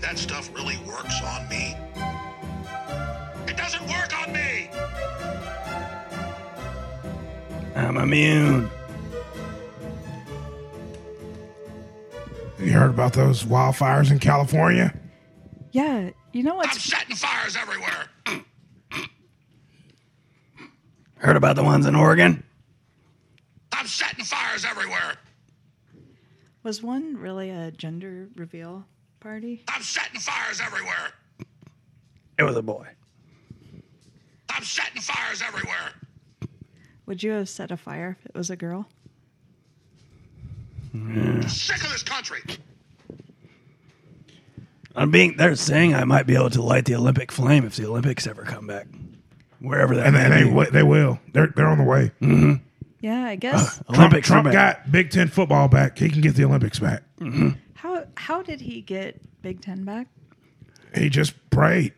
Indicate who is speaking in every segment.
Speaker 1: that stuff really works on me? It doesn't work on me!
Speaker 2: I'm immune.
Speaker 3: You heard about those wildfires in California?
Speaker 4: Yeah, you know
Speaker 1: I'm
Speaker 4: what's
Speaker 1: setting fires everywhere!
Speaker 2: Heard about the ones in Oregon?
Speaker 1: I'm setting fires everywhere!
Speaker 4: was one really a gender reveal party?
Speaker 1: I'm setting fires everywhere!
Speaker 2: It was a boy.
Speaker 1: I'm setting fires everywhere!
Speaker 4: Would you have set a fire if it was a girl?
Speaker 1: Sick of this country!
Speaker 2: I'm being. They're saying I might be able to light the Olympic flame if the Olympics ever come back, wherever that.
Speaker 3: And,
Speaker 2: may
Speaker 3: and they
Speaker 2: be.
Speaker 3: wi- they will. They're they're on the way.
Speaker 4: Yeah, I guess.
Speaker 3: Trump,
Speaker 2: Olympics
Speaker 3: Trump
Speaker 2: are back.
Speaker 3: got Big Ten football back. He can get the Olympics back.
Speaker 4: how how did he get Big Ten back?
Speaker 3: He just prayed.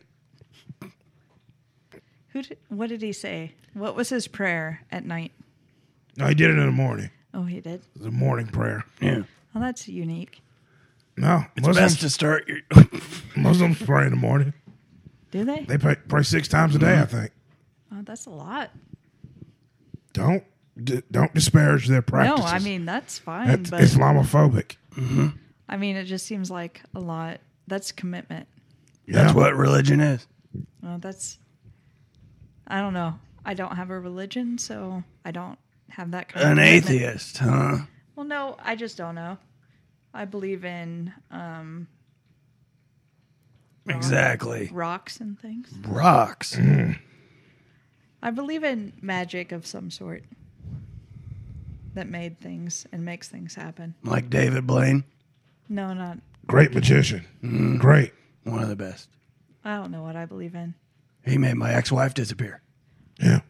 Speaker 4: Who did, what did he say? What was his prayer at night?
Speaker 3: No, he did it in the morning.
Speaker 4: Oh, he did.
Speaker 3: It was a morning prayer.
Speaker 2: Yeah,
Speaker 4: Well, that's unique.
Speaker 3: No,
Speaker 2: best
Speaker 3: Muslims,
Speaker 2: to start. Your,
Speaker 3: Muslims pray in the morning.
Speaker 4: Do they?
Speaker 3: They pray, pray six times a day.
Speaker 2: Mm-hmm.
Speaker 3: I think.
Speaker 4: oh, that's a lot.
Speaker 3: Don't d- don't disparage their practices.
Speaker 4: No, I mean that's fine,
Speaker 3: That's
Speaker 4: but
Speaker 3: Islamophobic.
Speaker 4: I mean it just seems like a lot. That's commitment.
Speaker 2: That's
Speaker 3: Yeah.
Speaker 2: what religion is.
Speaker 4: Well, that's I don't know. I don't have a religion, so I don't have that kind of
Speaker 2: An
Speaker 4: commitment.
Speaker 2: atheist, huh?
Speaker 4: Well, no, I just don't know. I believe in um,
Speaker 2: Exactly.
Speaker 4: rocks and things.
Speaker 2: Rocks.
Speaker 3: Mm-hmm.
Speaker 4: I believe in magic of some sort that made things and makes things happen.
Speaker 2: Like David Blaine,
Speaker 4: No, not
Speaker 3: Great magician.
Speaker 2: Mm-hmm.
Speaker 3: Great.
Speaker 2: one of the best.
Speaker 4: I don't know what I believe in.
Speaker 2: He made my ex-wife disappear.
Speaker 3: Yeah.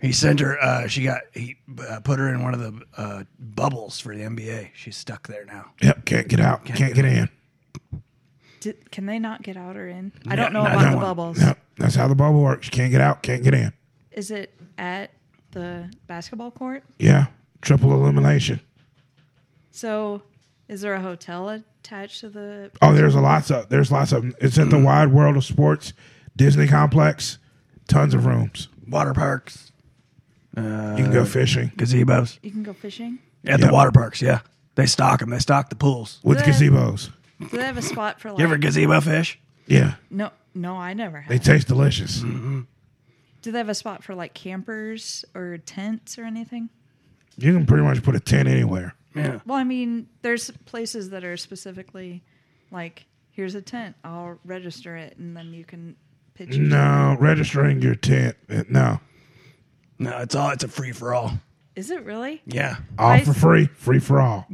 Speaker 2: He sent her. Uh, she got. He uh, put her in one of the uh, bubbles for the NBA. She's stuck there now.
Speaker 3: Yep. Can't get out. Can't, get in.
Speaker 4: Did, can they not get out or in?
Speaker 2: No,
Speaker 4: I don't know
Speaker 2: no,
Speaker 4: about
Speaker 2: no
Speaker 4: the
Speaker 2: one-
Speaker 4: bubbles.
Speaker 3: Yep. That's how the bubble works. Can't get out. Can't get in.
Speaker 4: Is it at the basketball court?
Speaker 3: Yeah. Triple elimination.
Speaker 4: So, is there a hotel attached to the?
Speaker 3: Oh, there's a lots of there's lots of 'em. It's
Speaker 4: Mm.
Speaker 3: at the Wide World of Sports Disney Complex. Tons of rooms.
Speaker 2: Water parks, Uh,
Speaker 3: You can go
Speaker 4: Uh,
Speaker 3: fishing
Speaker 2: gazebos
Speaker 4: You can go fishing.
Speaker 2: at the
Speaker 3: Yep.
Speaker 2: water parks. Yeah, they stock them. They stock the pools.
Speaker 3: with
Speaker 4: Good.
Speaker 3: gazebos.
Speaker 4: Do they have a spot for like?
Speaker 2: You ever gazebo fish?
Speaker 3: Yeah,
Speaker 4: no, no, I never have.
Speaker 3: they taste delicious.
Speaker 4: Mm. Do they have a spot for like campers or tents or anything?
Speaker 3: You can pretty much put a tent anywhere.
Speaker 2: Yeah.
Speaker 4: Well, I mean, there's places that are specifically like, here's a tent, I'll register it, and then you can pitch your tent.
Speaker 3: No, registering your tent. uh, No,
Speaker 2: No, it's all. It's a free for all.
Speaker 4: Is it really?
Speaker 2: Yeah.
Speaker 3: all
Speaker 4: I-
Speaker 3: for free, free for all.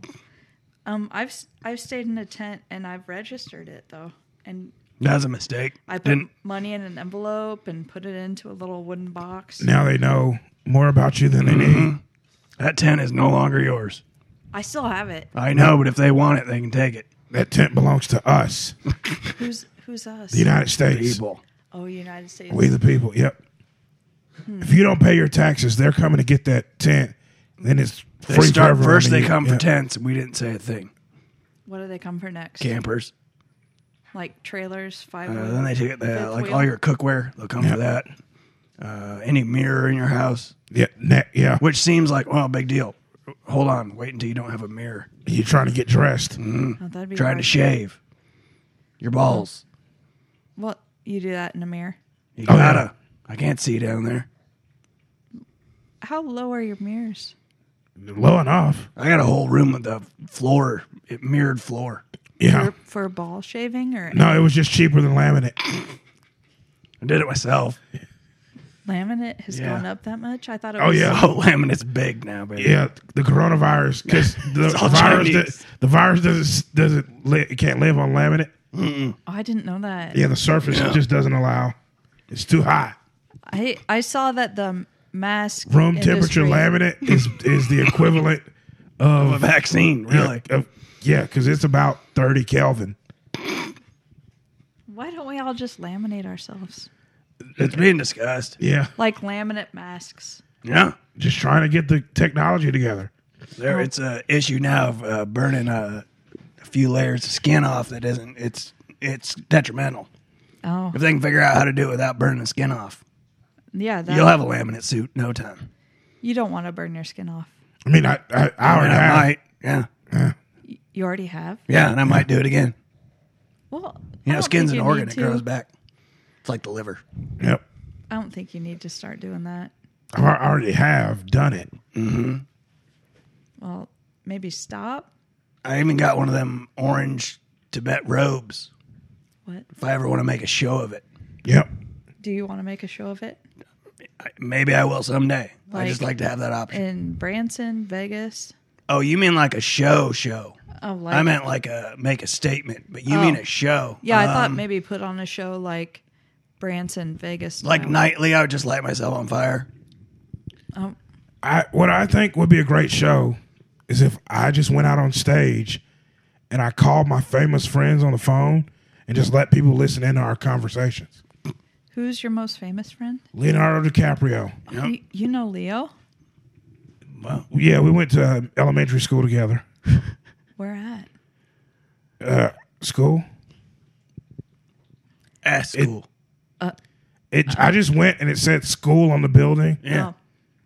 Speaker 4: Um, I've s- I've stayed in a tent and I've registered it though, and
Speaker 2: That's a mistake.
Speaker 4: I put
Speaker 2: didn't.
Speaker 4: money in an envelope and put it into a little wooden box.
Speaker 3: Now they know more about you than they
Speaker 4: Mm-hmm.
Speaker 3: need.
Speaker 2: That tent is no longer yours.
Speaker 4: I still have it.
Speaker 2: I know, but if they want it, they can take it.
Speaker 3: That tent belongs to us,
Speaker 4: Who's who's us?
Speaker 3: the United States.
Speaker 2: People.
Speaker 4: oh, United States.
Speaker 3: We the people. Yep. If you don't pay your taxes, they're coming to get that tent. Then it's
Speaker 2: They
Speaker 3: free
Speaker 2: start
Speaker 3: forever.
Speaker 2: first.
Speaker 3: I mean,
Speaker 2: They come for
Speaker 3: yeah.
Speaker 2: tents, and we didn't say a thing.
Speaker 4: what do they come for next?
Speaker 2: Campers.
Speaker 4: Like trailers, five.
Speaker 2: Uh, then they take
Speaker 4: fifth
Speaker 2: the, like
Speaker 4: wheel.
Speaker 2: all your cookware. They'll come for that. Uh, any mirror in your house,
Speaker 3: Yeah, ne- yeah.
Speaker 2: which seems like well, big deal. Hold on, wait until you don't have a mirror.
Speaker 3: You're trying to get dressed.
Speaker 2: Hmm.
Speaker 4: Oh, that'd be
Speaker 2: Trying to
Speaker 4: hard.
Speaker 2: shave your balls.
Speaker 4: Well, you do that in a mirror.
Speaker 2: You
Speaker 3: Oh,
Speaker 2: gotta. I can't see down there.
Speaker 4: How low are your mirrors?
Speaker 3: Low enough.
Speaker 2: I got a whole room with the floor, it mirrored floor. Oh.
Speaker 3: Yeah.
Speaker 4: For, for ball shaving or
Speaker 3: No, it was just cheaper than laminate.
Speaker 2: I did it myself.
Speaker 4: laminate has
Speaker 2: Yeah.
Speaker 4: gone up that much? I thought it
Speaker 3: Oh,
Speaker 4: was
Speaker 3: yeah.
Speaker 2: Oh, laminate's big now, baby.
Speaker 3: Yeah, the coronavirus because the
Speaker 2: It's all
Speaker 3: virus
Speaker 2: Chinese.
Speaker 3: do- the virus doesn't doesn't li- it can't live on laminate.
Speaker 4: Oh, I didn't know that.
Speaker 3: Yeah, the surface just doesn't allow. It's too hot.
Speaker 4: I I saw that the mask
Speaker 3: Room temperature
Speaker 4: industry-
Speaker 3: laminate is is the equivalent
Speaker 2: A vaccine, really.
Speaker 3: of yeah, because it's about thirty Kelvin.
Speaker 4: Why don't we all just laminate ourselves?
Speaker 2: It's being discussed.
Speaker 3: Yeah,
Speaker 4: Like laminate masks.
Speaker 2: Yeah.
Speaker 3: just trying to get the technology together.
Speaker 2: There, uh, it's a issue now of uh, burning a, a few layers of skin off that isn't. It's it's detrimental.
Speaker 4: Oh,
Speaker 2: If they can figure out how to do it without burning the skin off,
Speaker 4: yeah. That,
Speaker 2: you'll have a laminate suit in no time.
Speaker 4: you don't want to burn your skin off.
Speaker 3: I mean, I I, I
Speaker 2: And
Speaker 3: already
Speaker 2: I
Speaker 3: have.
Speaker 2: might, yeah,
Speaker 4: You already have.
Speaker 2: yeah, and I might do it again.
Speaker 4: Well,
Speaker 2: You
Speaker 4: I
Speaker 2: know,
Speaker 4: don't
Speaker 2: skin's
Speaker 4: think
Speaker 2: an
Speaker 4: you
Speaker 2: organ;
Speaker 4: need
Speaker 2: it grows
Speaker 4: to-
Speaker 2: back. It's like the liver.
Speaker 3: Yep,
Speaker 4: I don't think you need to start doing that.
Speaker 3: I al- already have done it.
Speaker 4: Well, maybe stop.
Speaker 2: I even got one of them orange Tibet robes
Speaker 4: What
Speaker 2: if I ever want to make a show of it.
Speaker 3: Yep,
Speaker 4: do you want to make a show of it
Speaker 2: I, maybe I will someday. I just
Speaker 4: Like- uh,
Speaker 2: like to have that option.
Speaker 4: in Branson, Vegas?
Speaker 2: Oh, you mean like a show show?
Speaker 4: Oh, like
Speaker 2: I meant like a make a statement, but you
Speaker 4: Oh.
Speaker 2: mean a show?
Speaker 4: yeah. I thought
Speaker 2: Um,
Speaker 4: maybe put on a show like Branson, Vegas,
Speaker 2: like
Speaker 4: style.
Speaker 2: nightly. I would just light myself on fire.
Speaker 4: Oh,
Speaker 3: I what I think would be a great show is if I just went out on stage and I called my famous friends on the phone and just let people listen in to our conversations.
Speaker 4: who's your most famous friend?
Speaker 3: Leonardo DiCaprio.
Speaker 4: You, you know Leo.
Speaker 2: Well,
Speaker 3: Yeah, we went to uh, elementary school together.
Speaker 4: Where at?
Speaker 3: Uh, school.
Speaker 2: that's cool.
Speaker 4: Uh,
Speaker 3: It. I just went and it said school on the building.
Speaker 2: yeah.
Speaker 4: Oh,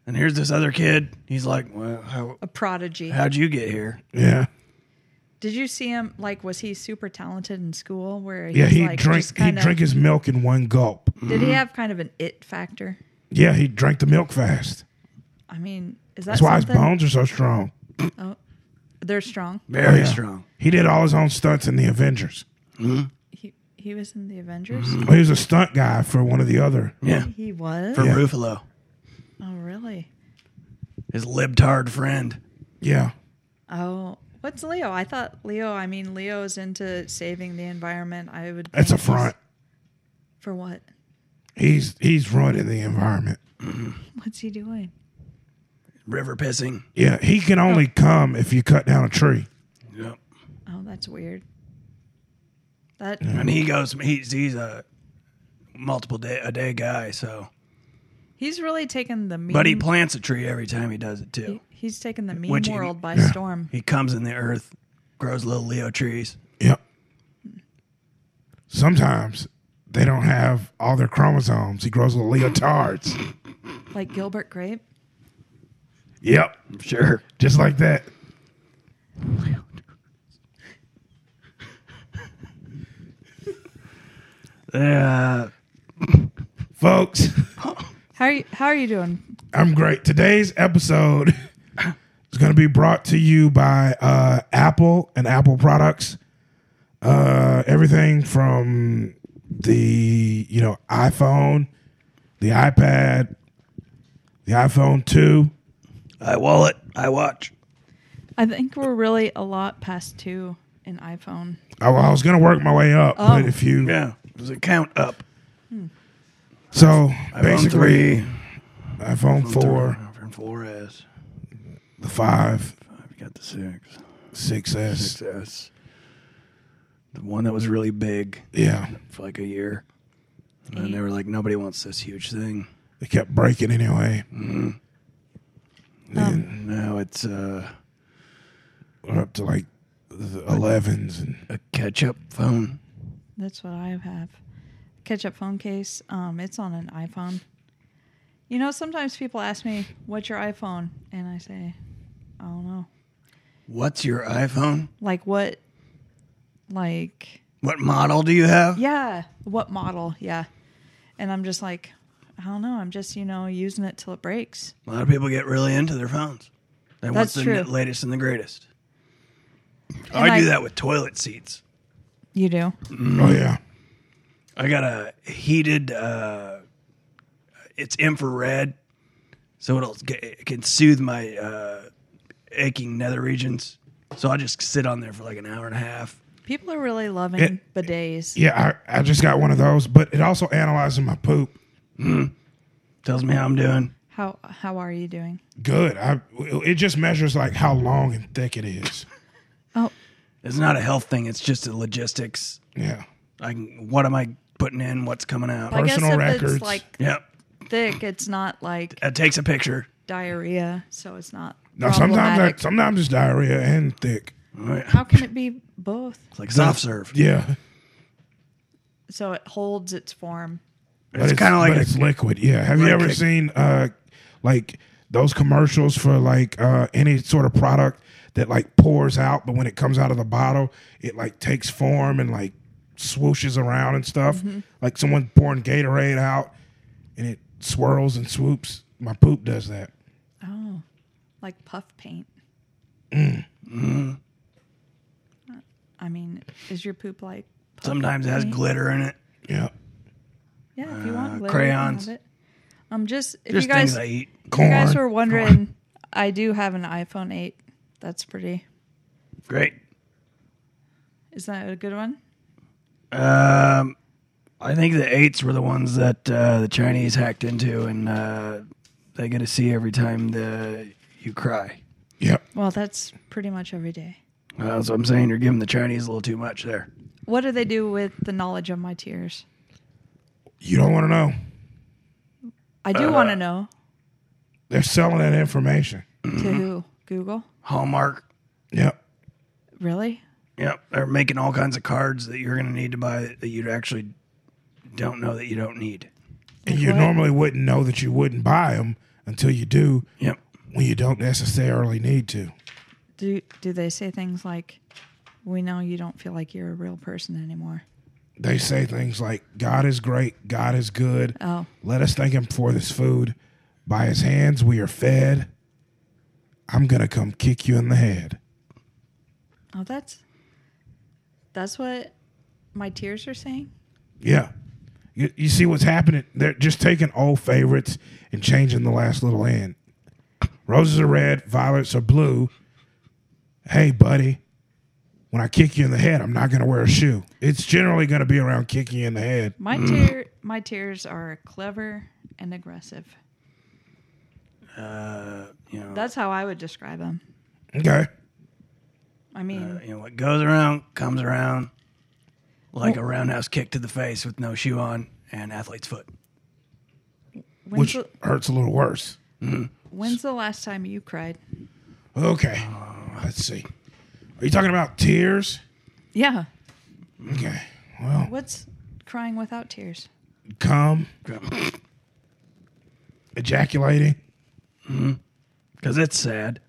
Speaker 2: And here's this other kid. He's like, "Well, how,
Speaker 4: a prodigy.
Speaker 2: how'd you get here?"
Speaker 3: Yeah.
Speaker 4: Did you see him? Like, was he super talented in school? Where he's
Speaker 3: Yeah. He
Speaker 4: like
Speaker 3: drank.
Speaker 4: just
Speaker 3: He
Speaker 4: kind of.
Speaker 3: drank Mm-hmm. his milk in one gulp.
Speaker 4: did he have kind of an it factor?
Speaker 3: Yeah. He drank the milk fast.
Speaker 4: I mean, is that
Speaker 3: That's why his
Speaker 4: something? Oh,
Speaker 3: bones are so strong.
Speaker 4: They're strong.
Speaker 2: Very
Speaker 3: Oh, yeah.
Speaker 2: strong.
Speaker 3: He did all his own stunts in the Avengers.
Speaker 4: He he was in the Avengers.
Speaker 3: Well, he was a stunt guy for one of the other.
Speaker 2: Yeah,
Speaker 4: He was.
Speaker 2: for
Speaker 3: Yeah.
Speaker 2: Ruffalo,
Speaker 4: oh, really?
Speaker 2: his libtard friend.
Speaker 3: Yeah.
Speaker 4: Oh, what's Leo? I thought Leo. I mean, Leo's into saving the environment. I would.
Speaker 3: That's a
Speaker 4: think he's-
Speaker 3: front.
Speaker 4: For what?
Speaker 3: He's he's ruining the environment.
Speaker 4: What's he doing?
Speaker 2: River pissing.
Speaker 3: Yeah, he can only come if you cut down a tree.
Speaker 2: Yep.
Speaker 4: Oh, that's weird. That
Speaker 2: And he goes. He's he's a multiple day a day guy. So,
Speaker 4: he's really taken the meme.
Speaker 2: but he plants a tree every time he does it too.
Speaker 4: he's taken the meme
Speaker 2: Which he-
Speaker 4: world by
Speaker 3: yeah.
Speaker 4: storm.
Speaker 2: He comes in the earth, grows little Leo trees.
Speaker 3: Yep. Sometimes they don't have all their chromosomes. He grows little leotards.
Speaker 4: Like Gilbert Grape.
Speaker 3: Yep.
Speaker 2: Sure.
Speaker 3: Just like that.
Speaker 2: Uh,
Speaker 3: Folks,
Speaker 4: How are you? How are you doing?
Speaker 3: I'm great. Today's episode is going to be brought to you by uh, Apple and Apple products. Uh, everything from the you know iPhone, the iPad, the iPhone two.
Speaker 2: I wallet. I watch.
Speaker 4: I think we're really a lot past two in iPhone.
Speaker 3: I, I was going to work my way up, but
Speaker 4: Oh.
Speaker 3: if you
Speaker 2: Yeah. Does it count up?
Speaker 3: so
Speaker 2: iPhone
Speaker 3: basically
Speaker 2: three,
Speaker 3: iPhone, four,
Speaker 2: iPhone four S.
Speaker 3: the five,
Speaker 2: I've got the six.
Speaker 3: six S,
Speaker 2: Success. The one that was really big
Speaker 3: yeah,
Speaker 2: for like a year. And then they were like, nobody wants this huge thing.
Speaker 3: they kept breaking anyway.
Speaker 4: Um,
Speaker 2: Now it's uh,
Speaker 3: We're up to like the elevens and
Speaker 2: a catch up phone.
Speaker 4: That's what I have. Ketchup phone case. Um, it's on an iPhone. You know, sometimes people ask me, "What's your iPhone?" and I say, "I don't know."
Speaker 2: What's your iPhone?
Speaker 4: Like what? Like
Speaker 2: What model do you have?
Speaker 4: yeah, what model? Yeah, and I'm just like, I don't know. I'm just you know using it till it breaks.
Speaker 2: A lot of people get really into their phones. They want
Speaker 4: That's
Speaker 2: the
Speaker 4: true.
Speaker 2: n- latest and the greatest.
Speaker 4: And
Speaker 2: I do
Speaker 4: I-
Speaker 2: that with toilet seats.
Speaker 4: You do.
Speaker 3: oh yeah,
Speaker 2: I got a heated. Uh, it's infrared, so it'll get, it can soothe my uh, aching nether regions. So I just sit on there for like an hour and a half.
Speaker 4: People are really loving
Speaker 3: It-
Speaker 4: bidets.
Speaker 3: yeah. I, I just got one of those, but it also analyzes my poop.
Speaker 2: Tells me how I'm doing.
Speaker 4: How how are you doing?
Speaker 3: Good. I it just measures like how long and thick it is.
Speaker 4: Oh,
Speaker 2: It's not a health thing. It's just the logistics.
Speaker 3: Yeah,
Speaker 2: I can, what am I putting in? What's coming out?
Speaker 4: I guess
Speaker 3: Personal
Speaker 4: if
Speaker 3: records.
Speaker 4: it's like
Speaker 2: Yep.
Speaker 4: thick, it's not like
Speaker 2: It takes a picture.
Speaker 4: diarrhea, so it's not.
Speaker 3: no. Sometimes I,
Speaker 4: problematic.
Speaker 3: sometimes it's diarrhea and thick.
Speaker 2: All right.
Speaker 4: How can it be both?
Speaker 2: It's like soft serve.
Speaker 3: Yeah,
Speaker 4: so it holds its form.
Speaker 3: But
Speaker 2: It's kinda like
Speaker 3: but
Speaker 2: a-
Speaker 3: it's liquid. Yeah. Have you
Speaker 2: like
Speaker 3: ever
Speaker 2: a-
Speaker 3: seen uh like those commercials for like uh any sort of product that like pours out, but when it comes out of the bottle, it like takes form and like swooshes around and stuff.
Speaker 2: Mm-hmm.
Speaker 3: Like someone pouring Gatorade out and it swirls and swoops. My poop does that.
Speaker 4: Oh, like puff paint.
Speaker 3: Mm.
Speaker 4: I mean, is your poop like? puff
Speaker 2: Sometimes it has
Speaker 4: paint?
Speaker 2: glitter in it.
Speaker 3: Yeah.
Speaker 4: Yeah, if you want
Speaker 2: uh,
Speaker 4: glitter,
Speaker 2: crayons.
Speaker 4: crayons. Um, just if
Speaker 2: Just
Speaker 4: you guys,
Speaker 2: things I eat.
Speaker 4: if you
Speaker 3: Corn.
Speaker 4: guys were wondering, I do have an iPhone 8. That's pretty.
Speaker 2: Great.
Speaker 4: Is that a good one?
Speaker 2: Um, I think the eights were the ones that uh, the Chinese hacked into, and uh, they get to see every time the you cry.
Speaker 3: Yep.
Speaker 4: Well, that's pretty much every day.
Speaker 2: Uh, that's what I'm saying. You're giving the Chinese a little too much there.
Speaker 4: What do they do with the knowledge of my tears?
Speaker 3: You don't want to know.
Speaker 4: I do
Speaker 2: Uh,
Speaker 4: want to know
Speaker 3: They're selling that information.
Speaker 4: to
Speaker 2: mm-hmm.
Speaker 4: who? Google?
Speaker 2: Hallmark.
Speaker 3: Yep.
Speaker 4: Really?
Speaker 2: Yep, they're making all kinds of cards that you're going to need to buy that you actually don't know that you don't need.
Speaker 3: And you
Speaker 4: What?
Speaker 3: normally wouldn't know that you wouldn't buy them until you do
Speaker 2: Yep.
Speaker 3: when you don't necessarily need to.
Speaker 4: Do do they say things like, "We know you don't feel like you're a real person anymore"?
Speaker 3: They say things like, God is great, God is good.
Speaker 4: Oh,
Speaker 3: Let us thank him for this food. By his hands we are fed. I'm gonna come kick you in the head.
Speaker 4: oh, that's that's what my tears are saying.
Speaker 3: Yeah. You, you see what's happening? They're just taking old favorites and changing the last little end. Roses are red, violets are blue. Hey, buddy, when I kick you in the head, I'm not going to wear a shoe. It's generally going to be around kicking you in the head.
Speaker 4: My
Speaker 2: Mm.
Speaker 4: tear, my tears are clever and aggressive.
Speaker 2: Uh, you know,
Speaker 4: That's how I would describe them.
Speaker 3: Okay.
Speaker 4: I mean,
Speaker 2: uh, you know what goes around comes around, like a roundhouse kick to the face with no shoe on and athlete's foot.
Speaker 3: Which
Speaker 4: when's, the,
Speaker 3: hurts a little worse.
Speaker 4: when's the last time you cried?
Speaker 3: Okay. Let's see. Are you talking about tears?
Speaker 4: Yeah.
Speaker 3: Okay. Well,
Speaker 4: What's crying without tears?
Speaker 3: come
Speaker 2: Because
Speaker 3: ejaculating.
Speaker 2: it's sad.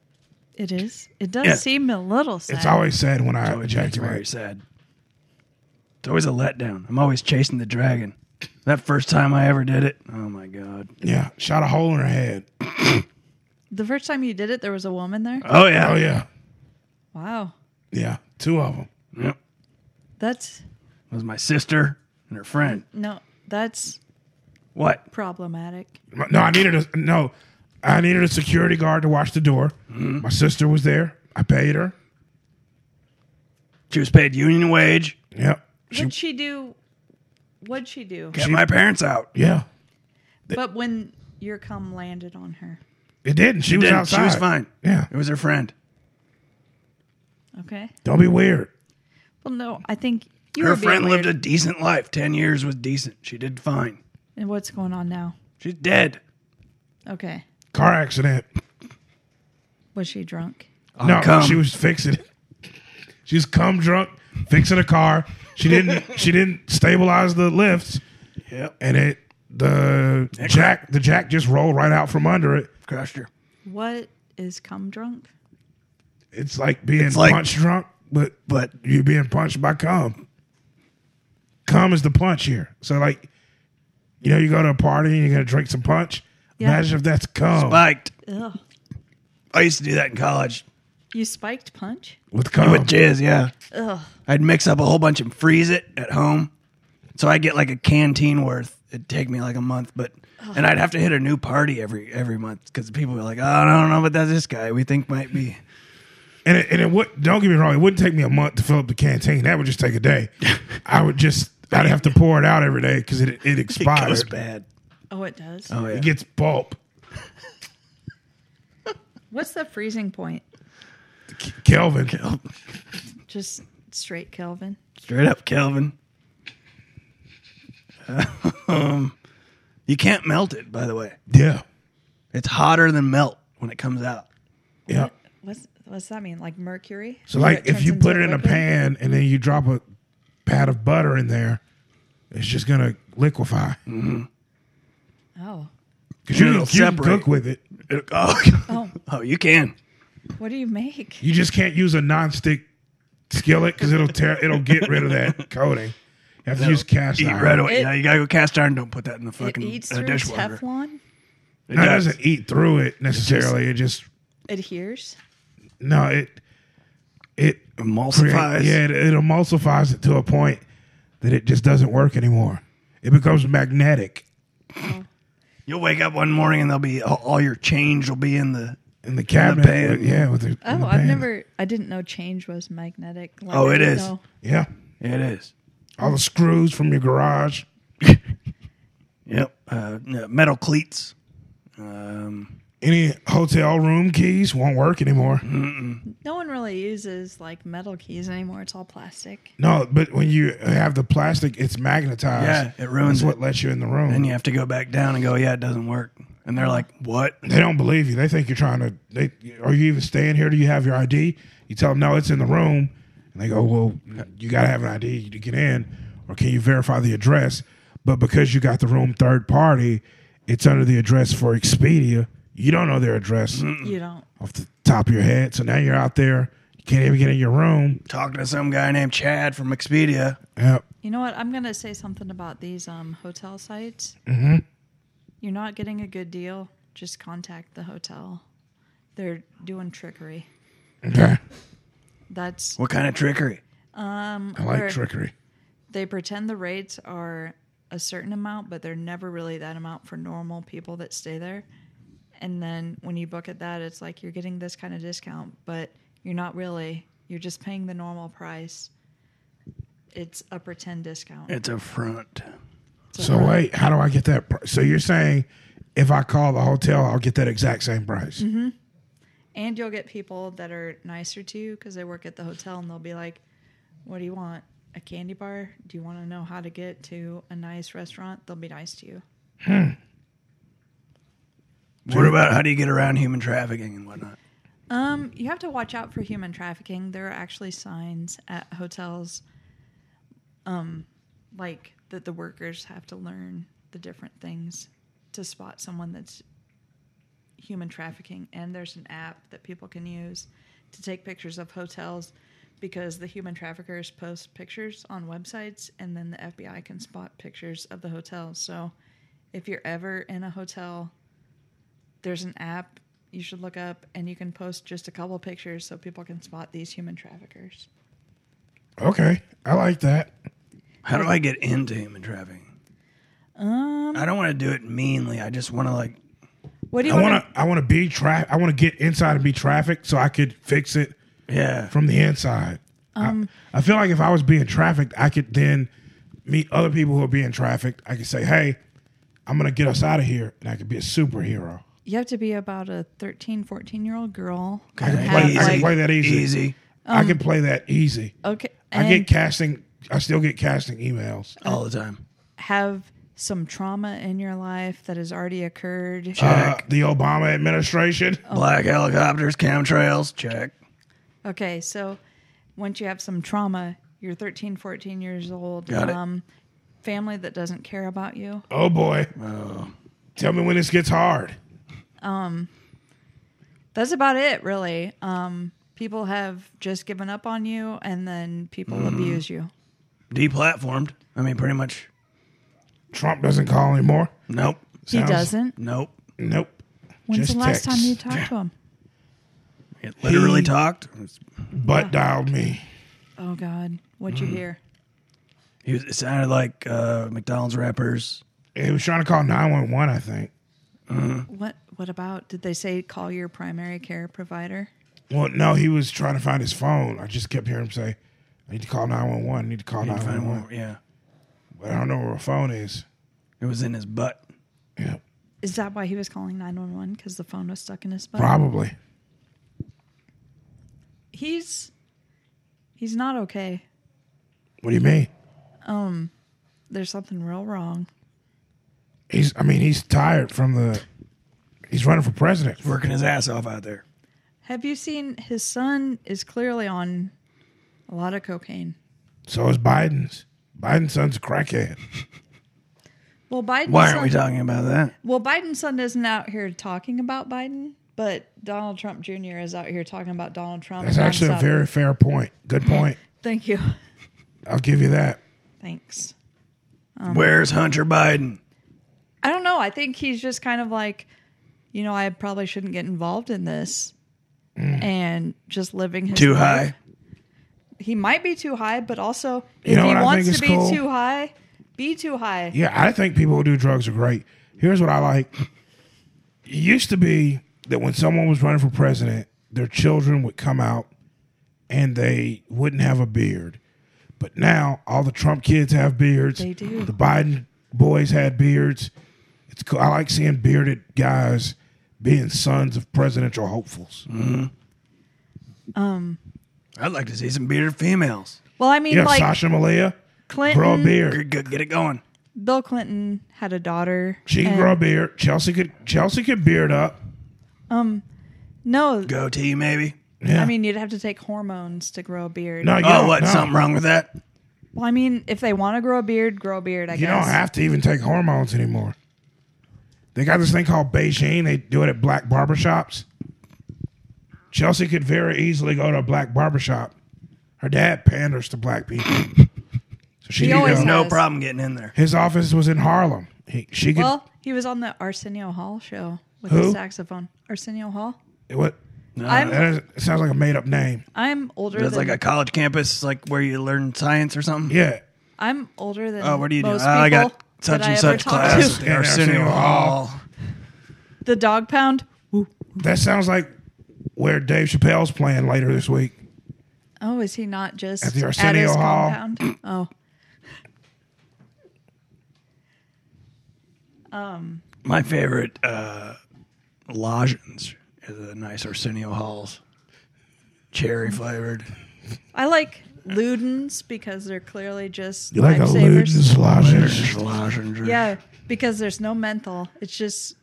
Speaker 4: It is. It does
Speaker 2: Yeah.
Speaker 4: seem a little sad.
Speaker 3: It's always sad when I
Speaker 2: Always makes me very
Speaker 3: ejaculate.
Speaker 2: sad. It's always a letdown. I'm always chasing the dragon. That first time I ever did it, oh my god.
Speaker 3: Yeah. Shot a hole in her head.
Speaker 4: the first time you did it, there was a woman there.
Speaker 2: Oh yeah.
Speaker 3: Oh, yeah.
Speaker 4: Wow,
Speaker 3: Yeah. Two of them.
Speaker 2: Yep.
Speaker 4: that's
Speaker 2: It was my sister and her friend.
Speaker 4: no, that's
Speaker 2: What?
Speaker 4: problematic.
Speaker 3: No, I needed a no. I needed a security guard to watch the door.
Speaker 2: Mm-hmm.
Speaker 3: My sister was there. I paid her.
Speaker 2: She was paid union wage.
Speaker 3: Yep. She,
Speaker 4: What'd she do? What'd she do?
Speaker 2: Get my parents out.
Speaker 3: yeah.
Speaker 4: But when your cum landed on her,
Speaker 3: It didn't. She was
Speaker 2: Didn't.
Speaker 3: outside.
Speaker 2: She was fine.
Speaker 3: Yeah.
Speaker 2: It was her friend.
Speaker 4: okay.
Speaker 3: Don't be weird.
Speaker 4: Well, no, I think you
Speaker 2: her
Speaker 4: were being
Speaker 2: friend lived a
Speaker 4: weird.
Speaker 2: decent life. Ten years was decent. She did fine.
Speaker 4: And what's going on now?
Speaker 2: She's dead.
Speaker 4: Okay,
Speaker 3: Car accident.
Speaker 4: was she drunk?
Speaker 2: I'll
Speaker 3: no,
Speaker 2: come.
Speaker 3: she was fixing. it. She was cum drunk, fixing a car. She didn't. she didn't stabilize the lifts,
Speaker 2: Yep.
Speaker 3: and it the jack the jack just rolled right out from under it.
Speaker 2: Crushed her.
Speaker 4: What is cum drunk?
Speaker 3: It's like being
Speaker 2: like-
Speaker 3: punch drunk, but
Speaker 2: But
Speaker 3: you're being punched by cum. Cum is the punch here. So like, you know, you go to a party and you're gonna drink some punch.
Speaker 4: Yeah.
Speaker 3: Imagine if that's cum
Speaker 2: spiked.
Speaker 4: Ugh.
Speaker 2: I used to do that in college
Speaker 4: You spiked punch?
Speaker 3: with cum.
Speaker 2: with jizz. Yeah.
Speaker 4: Ugh.
Speaker 2: I'd mix up a whole bunch and freeze it at home. So I get like a canteen worth. It'd take me like a month, but and I'd have to hit a new party every every month because people were like, "Oh, I don't know, but that's this guy we think might be."
Speaker 3: and it, and it would don't get me wrong, it wouldn't take me a month to fill up the canteen. That would just take a day. I would just I'd have to pour it out every day because it it
Speaker 2: It
Speaker 3: expires.
Speaker 2: goes
Speaker 3: It,
Speaker 2: bad.
Speaker 4: Oh, it does.
Speaker 2: Oh yeah.
Speaker 3: gets pulp.
Speaker 4: What's the freezing point?
Speaker 3: Kelvin.
Speaker 4: Just straight Kelvin.
Speaker 2: Straight up, Kelvin. um, you can't melt it, by the way.
Speaker 3: Yeah.
Speaker 2: It's hotter than melt when it comes out.
Speaker 3: Yeah.
Speaker 4: What's what's that mean? Like mercury?
Speaker 3: So like
Speaker 4: That
Speaker 3: if you
Speaker 4: turns
Speaker 3: put it
Speaker 4: into
Speaker 3: in a
Speaker 4: liquid?
Speaker 3: pan and then you drop a pat of butter in there, It's just gonna liquefy
Speaker 4: Oh.
Speaker 3: because
Speaker 2: And
Speaker 3: you, can-
Speaker 2: Mm. it'll
Speaker 3: you can
Speaker 2: separate.
Speaker 3: cook with it.
Speaker 2: It- oh,
Speaker 4: Oh,
Speaker 2: oh, you can.
Speaker 4: what do you make?
Speaker 3: You just can't use a nonstick skillet because it'll tear. It'll get rid of that coating. You have to use cast
Speaker 2: Eat
Speaker 3: iron.
Speaker 2: right away.
Speaker 4: It-
Speaker 2: yeah, you gotta go cast iron. Don't put that in the
Speaker 4: It
Speaker 2: fucking
Speaker 4: eats
Speaker 2: uh,
Speaker 4: through
Speaker 2: dishwasher.
Speaker 4: Teflon?
Speaker 2: It
Speaker 3: No, it
Speaker 2: does.
Speaker 3: doesn't eat through it necessarily. It just
Speaker 4: Adheres?
Speaker 3: no. It it create-
Speaker 2: Emulsifies.
Speaker 3: yeah, it, it emulsifies it to a point that it just doesn't work anymore. It becomes magnetic,
Speaker 2: You'll wake up one morning and there'll be all, all your change will be in the.
Speaker 3: and the cabinet.
Speaker 2: pan.
Speaker 3: yeah, with the, in
Speaker 4: Oh,
Speaker 3: the
Speaker 4: I've
Speaker 3: pan.
Speaker 4: never, I didn't know change was magnetic. Like,
Speaker 2: Oh,
Speaker 4: I
Speaker 2: it
Speaker 4: didn't
Speaker 2: is.
Speaker 4: know-
Speaker 3: Yeah,
Speaker 2: It is.
Speaker 3: all the screws from your garage.
Speaker 2: Yep. Uh, yeah, metal cleats. Um,
Speaker 3: Any hotel room keys won't work anymore.
Speaker 2: Mm-hmm.
Speaker 4: No one really uses like metal keys anymore. It's all plastic.
Speaker 3: No, but when you have the plastic, it's magnetized.
Speaker 2: Yeah, it ruins
Speaker 3: That's what lets you in the room.
Speaker 2: and you have to go back down and go. Yeah, it doesn't work. And they're like, "What?
Speaker 3: they don't believe you. They think you're trying to. They are you even staying here? Do you have your ID? You tell them no, it's in the room, and they go, well, you got to have an ID to get in, or can you verify the address? But because you got the room third party, it's under the address for Expedia. You don't know their address
Speaker 4: You don't.
Speaker 3: off the top of your head, so now you're out there. You can't even get in your room.
Speaker 2: Talking to some guy named Chad from Expedia."
Speaker 3: Yep.
Speaker 4: You know what? I'm gonna say something about these um, hotel sites. You're not getting a good deal. Just contact the hotel. They're doing trickery.
Speaker 3: Okay.
Speaker 4: That's
Speaker 2: What kind of trickery?
Speaker 3: I like
Speaker 4: Or-
Speaker 3: trickery.
Speaker 4: they pretend the rates are a certain amount, but they're never really that amount for normal people that stay there. And then when you book at that, it's like you're getting this kind of discount, but you're not really. You're just paying the normal price. It's a pretend discount.
Speaker 2: It's a front.
Speaker 3: So wait, how do I get that? Price? So you're saying if I call the hotel, I'll get that exact same price?
Speaker 4: And you'll get people that are nicer to you because they work at the hotel and they'll be like, What do you want? A candy bar? Do you want to know how to get to a nice restaurant? They'll be nice to you.
Speaker 2: What about how do you get around human trafficking and whatnot?
Speaker 4: Um, you have to watch out for human trafficking. There are actually signs at hotels, um, like that the workers have to learn the different things to spot someone that's human trafficking. And there's an app that people can use to take pictures of hotels because the human traffickers post pictures on websites, and then the FBI can spot pictures of the hotels. So, if you're ever in a hotel there's an app you should look up and you can post just a couple pictures so people can spot these human traffickers.
Speaker 3: Okay, I like that.
Speaker 2: How do I get into human trafficking?
Speaker 4: Um,
Speaker 2: I don't want to do it meanly. I just want to like
Speaker 4: what do you
Speaker 3: I want
Speaker 4: want?
Speaker 3: to. I want to be tra- I want to get inside and be trafficked, so I could fix it
Speaker 2: Yeah.
Speaker 3: from the inside. I, I feel like if I was being trafficked, I could then meet other people who are being trafficked. I could say, "Hey, I'm gonna get us out of here," and I could be a superhero.
Speaker 4: You have to be about a 13, 14 year old girl.
Speaker 3: I can
Speaker 4: and
Speaker 3: play-
Speaker 4: have,
Speaker 3: I can
Speaker 4: like-
Speaker 3: play that easy.
Speaker 2: Easy.
Speaker 3: I can play that easy.
Speaker 4: Okay,
Speaker 3: I
Speaker 4: and
Speaker 3: get casting. I still get casting emails.
Speaker 2: All the time.
Speaker 4: have some trauma in your life that has already occurred.
Speaker 3: Uh, the Obama administration.
Speaker 2: Black helicopters, chemtrails, check.
Speaker 4: Okay, so once you have some trauma, you're 13, 14 years old.
Speaker 2: Got it.
Speaker 4: um, Family that doesn't care about you.
Speaker 3: Oh boy. Tell me when this gets hard.
Speaker 4: that's about it really um people have just given up on you and then people
Speaker 3: Mm-hmm.
Speaker 4: abuse you
Speaker 2: Deplatformed. I mean, pretty much.
Speaker 3: Trump doesn't call anymore.
Speaker 2: Nope.
Speaker 4: he
Speaker 3: Sounds-
Speaker 4: doesn't
Speaker 2: Nope.
Speaker 3: Nope.
Speaker 4: when's
Speaker 3: just
Speaker 4: the
Speaker 3: text.
Speaker 4: last time you talked to him
Speaker 2: It literally
Speaker 3: He-
Speaker 2: talked.
Speaker 3: Butt dialed me.
Speaker 4: oh god what
Speaker 3: Mm-hmm.
Speaker 4: you hear
Speaker 2: He was, it sounded like uh, McDonald's rappers.
Speaker 3: He was trying to call 911, I think.
Speaker 4: what what about did they say call your primary care provider
Speaker 3: Well, no, he was trying to find his phone. I just kept hearing him say, I need to call 911. I need to call
Speaker 2: He'd find
Speaker 3: 911.
Speaker 2: one- Yeah.
Speaker 3: But I don't know where a phone is.
Speaker 2: It was in his butt.
Speaker 3: Yeah,
Speaker 4: is that why he was calling 911 because the phone was stuck in his butt
Speaker 3: probably.
Speaker 4: he's he's not okay
Speaker 3: What do you mean?
Speaker 4: there's something real wrong
Speaker 3: He's, I mean, he's tired from the, he's running for president.
Speaker 2: Working his ass off out there.
Speaker 4: have you seen his son is clearly on a lot of cocaine
Speaker 3: So is Biden's. Biden's son's a crackhead.
Speaker 4: Well, Biden.
Speaker 2: Why aren't we talking about that?
Speaker 4: Well, Biden's son isn't out here talking about Biden, but Donald Trump Jr. is out here talking about Donald Trump.
Speaker 3: That's actually a
Speaker 4: nonstop.
Speaker 3: very fair point. Good point.
Speaker 4: Thank you.
Speaker 3: I'll give you that.
Speaker 4: Thanks.
Speaker 2: Where's Hunter Biden?
Speaker 4: I don't know. I think he's just kind of like, you know, I probably shouldn't get involved in this,
Speaker 3: Mm.
Speaker 4: and just living his
Speaker 2: Too
Speaker 4: life.
Speaker 2: high.
Speaker 4: He might be too high, but also
Speaker 3: You
Speaker 4: if
Speaker 3: know
Speaker 4: he
Speaker 3: what I
Speaker 4: wants
Speaker 3: think
Speaker 4: to
Speaker 3: is
Speaker 4: be
Speaker 3: cool?
Speaker 4: too high, be too high.
Speaker 3: Yeah, I think people who do drugs are great. Here's what I like. It used to be that when someone was running for president, their children would come out and they wouldn't have a beard. But now all the Trump kids have beards.
Speaker 4: They do.
Speaker 3: The Biden boys had beards. It's cool. I like seeing bearded guys being sons of presidential hopefuls.
Speaker 2: I'd like to see some bearded females.
Speaker 4: Well, I mean,
Speaker 3: Yeah,
Speaker 4: like
Speaker 3: Sasha Malia, grow a
Speaker 4: Clinton,
Speaker 2: G-
Speaker 3: beard.
Speaker 2: g- Get it going.
Speaker 4: Bill Clinton had a daughter.
Speaker 3: She can
Speaker 4: and-
Speaker 3: grow a beard. Chelsea could Chelsea could beard up.
Speaker 4: No,
Speaker 2: Goatee, maybe.
Speaker 3: Yeah.
Speaker 4: I mean, you'd have to take hormones to grow a beard.
Speaker 3: no, you
Speaker 2: Oh,
Speaker 3: don't-
Speaker 2: what?
Speaker 3: Uh, no.
Speaker 2: Something wrong with that?
Speaker 4: Well, I mean, if they want to grow a beard, grow a beard. I
Speaker 3: You
Speaker 4: guess.
Speaker 3: don't have to even take hormones anymore. They got this thing called Beijing. They do it at black barbershops. Chelsea could very easily go to a black barbershop. Her dad panders to black people. So she
Speaker 4: He
Speaker 3: could
Speaker 4: always
Speaker 3: go-
Speaker 2: No
Speaker 4: Yes.
Speaker 2: problem getting in there.
Speaker 3: His office was in Harlem. He, she could.
Speaker 4: Well, he was on the Arsenio Hall show with
Speaker 3: Who? Uh,
Speaker 4: the saxophone. Arsenio Hall.
Speaker 3: what?
Speaker 4: I'm
Speaker 3: That is- it sounds like a made up name.
Speaker 4: I'm older
Speaker 2: That's
Speaker 4: than
Speaker 2: like a college campus, like where you learn science or something.
Speaker 3: Yeah.
Speaker 4: I'm older than
Speaker 2: Oh, what do you do?
Speaker 4: most
Speaker 2: "Oh, I
Speaker 4: people
Speaker 2: got such
Speaker 4: that I
Speaker 2: and
Speaker 4: ever
Speaker 2: such
Speaker 4: talked
Speaker 2: class at
Speaker 4: to.
Speaker 2: the Arsenio
Speaker 3: Arsenio Hall.
Speaker 2: Hall.
Speaker 4: The dog pound.
Speaker 3: That sounds like where Dave Chappelle's playing later this week.
Speaker 4: Oh, is he not just
Speaker 3: At
Speaker 4: at,
Speaker 3: the Arsenio
Speaker 4: his
Speaker 3: Hall.
Speaker 4: compound? Oh,
Speaker 2: My favorite uh, lozenge are the nice Arsenio Halls, cherry flavored.
Speaker 4: I like Ludens because they're clearly just
Speaker 3: You like a
Speaker 4: lifesavers.
Speaker 3: Luden's lozenge?
Speaker 2: There's lozenges.
Speaker 4: Yeah, because there's no menthol. It's just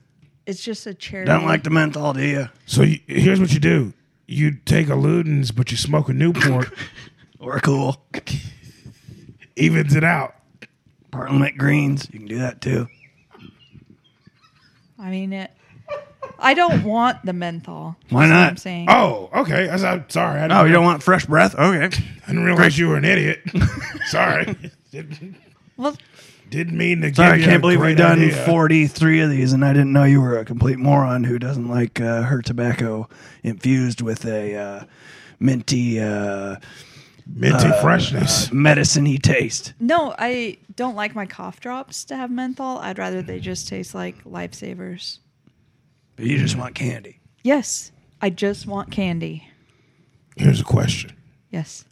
Speaker 4: it's just a cherry.
Speaker 2: Don't like the menthol, do you?
Speaker 3: So you, here's what you do. You take a Luden's, but you smoke a Newport,
Speaker 2: Or cool.
Speaker 3: evens it out.
Speaker 2: Parliament greens. You can do that too.
Speaker 4: I mean it. I don't want the menthol. is
Speaker 2: Why
Speaker 4: what
Speaker 2: not?
Speaker 4: I'm saying.
Speaker 3: Oh, okay. I, am sorry. I didn't,
Speaker 2: Oh, you don't want fresh breath? Okay.
Speaker 3: I didn't realize you were an idiot. sorry. didn't,
Speaker 4: Well,
Speaker 3: didn't mean to give
Speaker 2: Sorry, I
Speaker 3: you a
Speaker 2: can't believe we've
Speaker 3: great
Speaker 2: done
Speaker 3: idea.
Speaker 2: 43 of these, and I didn't know you were a complete moron who doesn't like uh, her tobacco infused with a uh, minty, uh,
Speaker 3: minty freshness.
Speaker 2: medicine-y taste.
Speaker 4: no, I don't like my cough drops to have menthol. I'd rather they just taste like lifesavers.
Speaker 2: You just want candy.
Speaker 4: Yes, I just want candy.
Speaker 3: here's a question.
Speaker 4: Yes.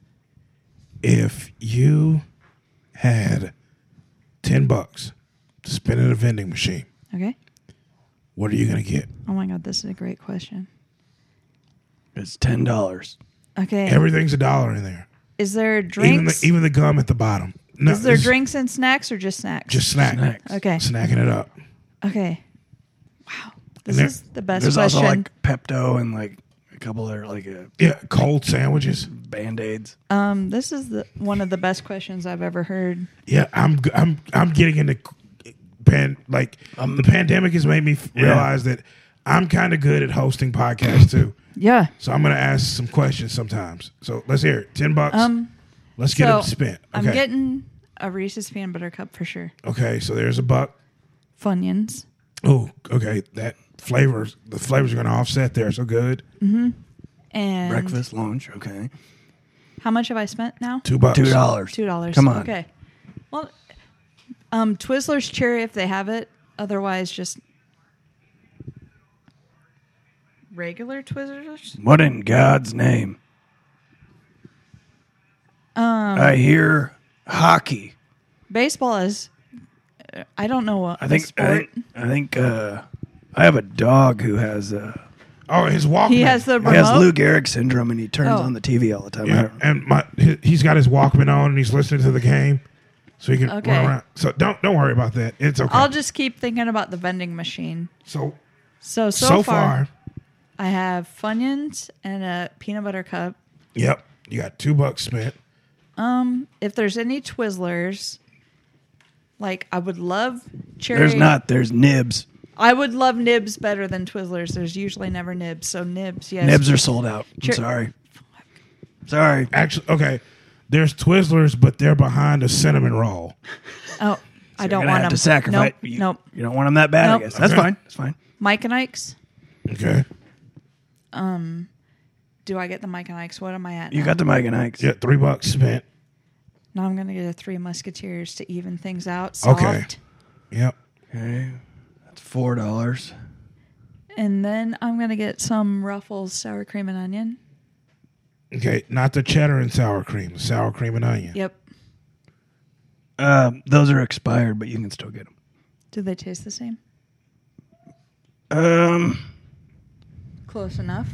Speaker 3: If you had 10 bucks to spend at a vending machine,
Speaker 4: Okay.
Speaker 3: what are you going to get?
Speaker 4: Oh my god, this is a great question.
Speaker 2: It's ten dollars.
Speaker 4: Okay.
Speaker 3: Everything's a dollar in there.
Speaker 4: is there
Speaker 3: Even the,
Speaker 4: drinks?
Speaker 3: even the gum at the bottom. No,
Speaker 4: is there
Speaker 3: it's
Speaker 4: drinks and snacks or just snacks?
Speaker 3: Just snack.
Speaker 2: Snacks.
Speaker 4: okay.
Speaker 3: Snacking it up.
Speaker 4: Okay. Wow. This
Speaker 3: there-
Speaker 4: is the best
Speaker 2: There's
Speaker 4: question.
Speaker 2: also like Pepto and like a couple other like uh,
Speaker 3: Yeah, cold sandwiches.
Speaker 2: band aids.
Speaker 4: um, this is the, one of the best questions I've ever heard.
Speaker 3: Yeah, I'm g- I'm I'm getting into c- pan like the pandemic has made me f- realize that I'm kind of good at hosting podcasts too.
Speaker 4: Yeah.
Speaker 3: So I'm gonna ask some questions sometimes. So let's hear it. Ten bucks.
Speaker 4: Um,
Speaker 3: let's get
Speaker 4: so
Speaker 3: them spent.
Speaker 4: I'm getting a Reese's peanut butter cup for sure.
Speaker 3: okay. So there's a buck.
Speaker 4: Funyuns.
Speaker 3: Oh, okay. That flavors the flavors are gonna offset there. So good.
Speaker 4: And
Speaker 2: Breakfast, lunch, okay.
Speaker 4: How much have I spent now?
Speaker 3: Two bucks.
Speaker 2: Two dollars.
Speaker 4: Two dollars.
Speaker 2: Come on.
Speaker 4: Okay. Well, um, Twizzlers cherry if they have it. Otherwise, just regular Twizzlers.
Speaker 2: What in God's name? Um, I hear hockey.
Speaker 4: Baseball is. uh, I don't know what
Speaker 2: I think. I
Speaker 4: sport.
Speaker 2: think. I think. Uh, I have a dog who has uh,
Speaker 4: Uh-huh.
Speaker 3: Oh, his Walkman.
Speaker 4: he has the
Speaker 2: he
Speaker 4: remote.
Speaker 2: has Lou Gehrig syndrome, and he turns
Speaker 4: Oh.
Speaker 2: on the TV all the time.
Speaker 3: Yeah,
Speaker 2: I-
Speaker 3: and my he- he's got his Walkman on and he's listening to the game, so he can
Speaker 4: Okay.
Speaker 3: run around. So don't don't worry about that. It's okay.
Speaker 4: I'll just keep thinking about the vending machine.
Speaker 3: so
Speaker 4: So so,
Speaker 3: so, far,
Speaker 4: I have Funyuns and a peanut butter cup.
Speaker 3: Yep. You got two bucks spent.
Speaker 4: Um, if there's any Twizzlers, like I would love cherry.
Speaker 2: There's not. There's nibs.
Speaker 4: I would love nibs better than Twizzlers. There's usually never nibs, so nibs. Yes.
Speaker 2: Nibs are sold out. I'm
Speaker 4: Cher-
Speaker 2: sorry. Sorry.
Speaker 3: Actually, okay. There's Twizzlers, but they're behind a cinnamon roll.
Speaker 4: Oh, I
Speaker 2: You're
Speaker 4: don't
Speaker 2: gonna have
Speaker 4: want them.
Speaker 2: to sacrifice.
Speaker 4: Nope.
Speaker 2: You,
Speaker 4: nope.
Speaker 2: you don't want them that bad.
Speaker 4: Nope.
Speaker 2: I guess that's
Speaker 3: Okay.
Speaker 2: fine. That's fine.
Speaker 4: Mike and Ike's.
Speaker 3: Okay.
Speaker 4: Do I get the Mike and Ike's? What am I at?
Speaker 2: You
Speaker 4: now?
Speaker 2: got the Mike and Ike's.
Speaker 3: Yeah, three bucks spent.
Speaker 4: now I'm gonna get a Three Musketeers to even things out. Soft.
Speaker 3: Okay. Yep.
Speaker 2: Okay, that's four dollars.
Speaker 4: And then I'm gonna get some Ruffles sour cream and onion.
Speaker 3: Okay. Not the cheddar and sour cream, the sour cream and onion.
Speaker 4: Yep.
Speaker 2: Um, those are expired, but you can still get them.
Speaker 4: Do they taste the same?
Speaker 2: Um,
Speaker 4: Close enough.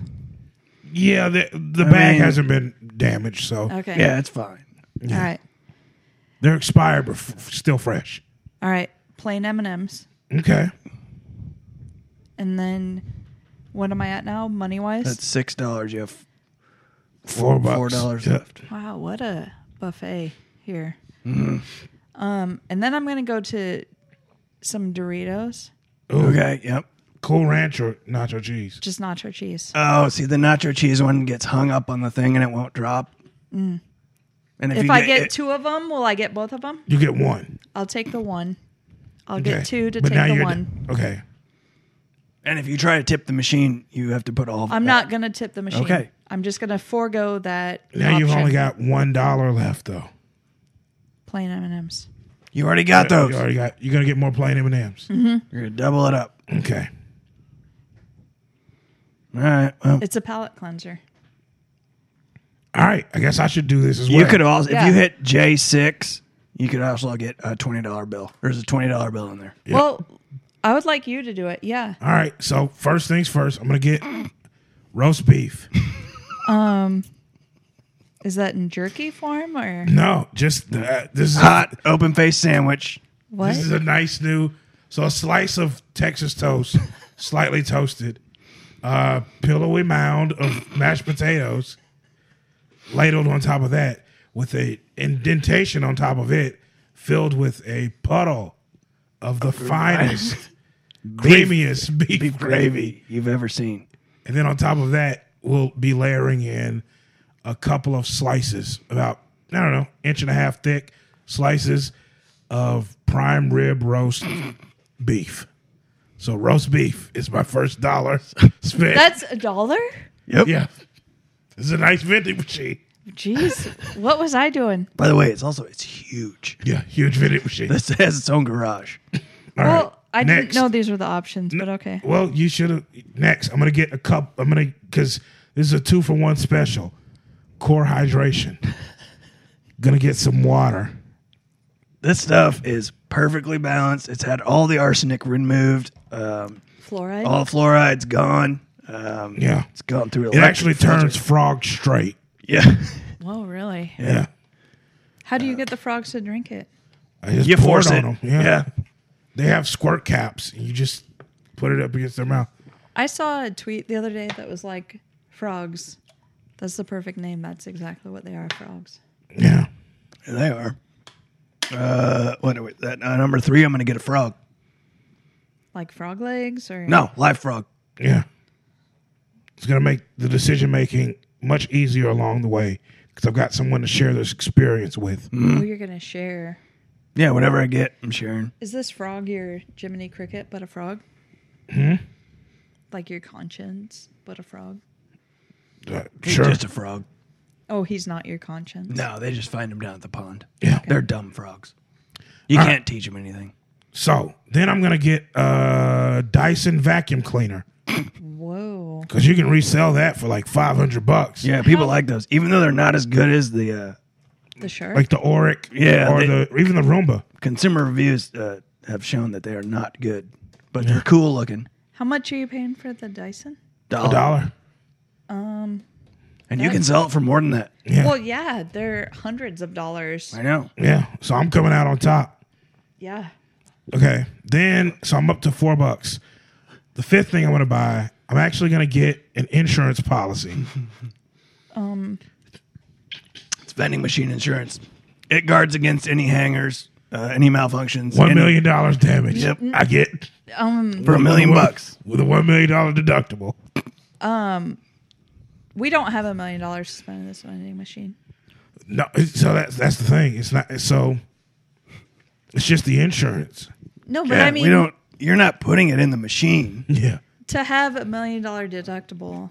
Speaker 3: Yeah, the, the
Speaker 2: I
Speaker 3: bag
Speaker 2: mean-
Speaker 3: hasn't been damaged, so
Speaker 4: Okay.
Speaker 2: yeah, it's fine.
Speaker 4: All right.
Speaker 3: they're expired but f- f- still fresh.
Speaker 4: All right. Plain M and M's.
Speaker 3: Okay.
Speaker 4: And then what am I at now, money wise?
Speaker 2: That's six dollars. You have
Speaker 3: Four bucks.
Speaker 2: four dollars
Speaker 3: Yeah.
Speaker 2: left.
Speaker 4: wow, what a buffet here.
Speaker 3: Mm-hmm.
Speaker 4: Um, and then I'm gonna go to some Doritos,
Speaker 3: Ooh,
Speaker 2: Okay. Yep.
Speaker 3: Cool ranch or nacho cheese.
Speaker 4: just nacho cheese.
Speaker 2: Oh, see, the nacho cheese one gets hung up on the thing and it won't drop. And if,
Speaker 4: Mm. if
Speaker 2: you
Speaker 4: I get
Speaker 2: it-
Speaker 4: two of them, will I get both of them?
Speaker 3: You get one.
Speaker 4: I'll take the one. I'll
Speaker 3: Okay.
Speaker 4: get two to
Speaker 3: But now
Speaker 4: take the
Speaker 3: you're-
Speaker 4: one.
Speaker 3: Okay.
Speaker 2: and if you try to tip the machine, you have to put all. Of
Speaker 3: Uh,
Speaker 4: I'm
Speaker 2: it
Speaker 4: not
Speaker 2: back.
Speaker 4: gonna tip the machine.
Speaker 2: Okay.
Speaker 4: I'm just gonna forego that.
Speaker 3: Now you've
Speaker 4: option.
Speaker 3: only got one dollar left though.
Speaker 4: plain M and M's.
Speaker 2: You already got those.
Speaker 3: You already got. You're gonna get more plain M and M's.
Speaker 2: You're gonna double it up.
Speaker 4: Mm-hmm.
Speaker 3: Okay.
Speaker 2: All right. Well,
Speaker 4: It's a palate cleanser.
Speaker 3: All right. I guess I should do this as well.
Speaker 2: you could also if
Speaker 4: Yeah.
Speaker 2: you hit J six, you could also get a twenty dollar bill. There's a twenty dollar bill in there.
Speaker 3: Yeah.
Speaker 4: Well, I would like you to do it. Yeah.
Speaker 3: All right. So first things first, I'm gonna get roast beef.
Speaker 4: Is that in jerky form or
Speaker 3: No, just uh, this is
Speaker 2: Hot open face sandwich.
Speaker 4: what?
Speaker 3: This is a nice new so a slice of Texas toast, slightly toasted, uh, pillowy mound of mashed potatoes, ladled on top of that with a indentation on top of it, filled with a puddle of the finest, creamiest beef,
Speaker 2: Beef gravy you've ever seen.
Speaker 3: And then on top of that, we'll be layering in a couple of slices, about I don't know, inch and a half thick slices of prime rib roast beef. So roast beef is my first dollar spent.
Speaker 4: That's a dollar?
Speaker 2: Yep.
Speaker 3: yeah, this is a nice vending machine.
Speaker 4: Jeez, what was I doing?
Speaker 2: By the way, it's also it's huge.
Speaker 3: Yeah, huge vending machine.
Speaker 2: This has its own garage.
Speaker 3: All
Speaker 4: well,
Speaker 3: right,
Speaker 4: I
Speaker 3: next. Oh.
Speaker 4: didn't know these were the options, but okay.
Speaker 3: Well, you should have next. I'm gonna get a cup. I'm gonna because this is a two for one special. Core hydration. gonna get some water.
Speaker 2: This stuff is perfectly balanced. It's had all the arsenic removed, um,
Speaker 4: Fluoride.
Speaker 3: Oh.
Speaker 2: all fluoride's gone. Um,
Speaker 3: Yeah.
Speaker 2: it's gone through.
Speaker 3: It actually turns frog straight.
Speaker 2: Yeah,
Speaker 4: Whoa, really?
Speaker 3: Yeah.
Speaker 4: How do you get the frogs to drink it?
Speaker 3: I just
Speaker 2: you
Speaker 3: pour
Speaker 2: force
Speaker 3: it
Speaker 2: it.
Speaker 3: on them.
Speaker 2: Yeah.
Speaker 3: Yeah. They have squirt caps and you just put it up against their mouth.
Speaker 4: I saw a tweet the other day that was like, frogs. That's the perfect name. That's exactly what they are, frogs.
Speaker 3: Yeah.
Speaker 2: There they are. Uh, what are we, that uh, number three? I'm going to get a frog.
Speaker 4: Like frog legs or
Speaker 2: No, live frog.
Speaker 3: Yeah. It's going to make the decision making much easier along the way because I've got someone to share this experience with.
Speaker 2: Mm.
Speaker 4: Oh, you're gonna share.
Speaker 2: Yeah, whatever I get, I'm sharing.
Speaker 4: Is this frog your Jiminy Cricket but a frog? Hmm. Like your conscience but a frog?
Speaker 3: Uh,
Speaker 2: He's
Speaker 3: sure.
Speaker 2: just a frog.
Speaker 4: Oh, he's not your conscience.
Speaker 2: No, they just find him down at the pond.
Speaker 3: Yeah.
Speaker 2: They're dumb frogs. You
Speaker 3: All right.
Speaker 2: can't teach them anything.
Speaker 3: So then I'm going to get a Dyson vacuum cleaner
Speaker 4: Whoa.
Speaker 3: because you can resell that for like 500 bucks.
Speaker 2: Yeah, people like those, even though they're not as good as the uh,
Speaker 4: The shark?
Speaker 3: Like the Auric
Speaker 2: Yeah,
Speaker 3: or
Speaker 2: they-
Speaker 3: the or even the Roomba.
Speaker 2: consumer reviews uh, have shown that they are not good, but they're cool looking.
Speaker 4: How much are you paying for the Dyson?
Speaker 2: Oh.
Speaker 3: A dollar.
Speaker 2: And you can sell it for more than that.
Speaker 3: Yeah.
Speaker 4: Well, yeah, they're hundreds of dollars.
Speaker 2: I know.
Speaker 3: Yeah. So I'm coming out on top.
Speaker 4: Yeah.
Speaker 3: Okay. Then so I'm up to four bucks. The fifth thing I'm gonna buy, I'm actually gonna get an insurance policy.
Speaker 2: It's vending machine insurance. It guards against any hangers, uh, any malfunctions.
Speaker 3: One
Speaker 2: any-
Speaker 3: million dollars damage.
Speaker 2: Yep.
Speaker 3: I get
Speaker 4: Um,
Speaker 2: for a million
Speaker 3: With a-
Speaker 2: bucks.
Speaker 3: with a one million dollar deductible.
Speaker 4: we don't have a million dollars to spend on this vending machine.
Speaker 3: No, so that's that's the thing. It's not so. It's just the insurance.
Speaker 4: No, but
Speaker 2: Yeah,
Speaker 4: I mean,
Speaker 2: we don't. You're not putting it in the machine.
Speaker 3: Yeah,
Speaker 4: to have a million dollar deductible,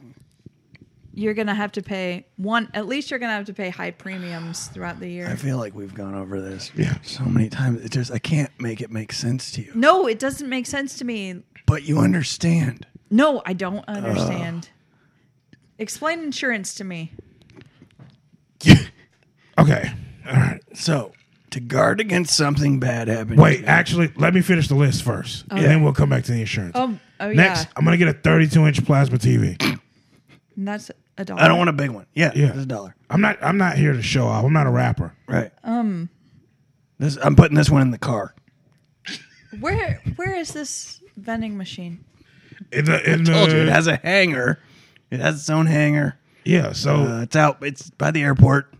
Speaker 4: you're gonna have to pay one. At least you're gonna have to pay high premiums throughout the
Speaker 2: I
Speaker 4: year.
Speaker 2: feel like we've gone over this
Speaker 3: Yeah.
Speaker 2: so many times. It just I can't make it make sense to you.
Speaker 4: No, it doesn't make sense to me.
Speaker 2: But you understand.
Speaker 4: No, I don't understand. Explain insurance to me.
Speaker 3: Okay. All right.
Speaker 2: So to guard against something bad happening.
Speaker 3: Wait, actually, let me finish the list first, and then we'll come back to the insurance.
Speaker 4: Oh, oh
Speaker 3: Next,
Speaker 4: yeah,
Speaker 3: I'm gonna get a 32 inch plasma TV.
Speaker 4: and that's a dollar.
Speaker 2: I don't want a big one. Yeah,
Speaker 3: Yeah.
Speaker 2: This is a dollar.
Speaker 3: I'm not. I'm not here to show off. I'm not a rapper.
Speaker 2: Right. Um. This I'm putting this one in the car.
Speaker 4: Where where is this vending machine?
Speaker 3: In the, in
Speaker 2: Told you it
Speaker 3: the-
Speaker 2: has a hanger. It has its own hanger.
Speaker 3: yeah. So
Speaker 2: Uh, it's out. It's by the airport.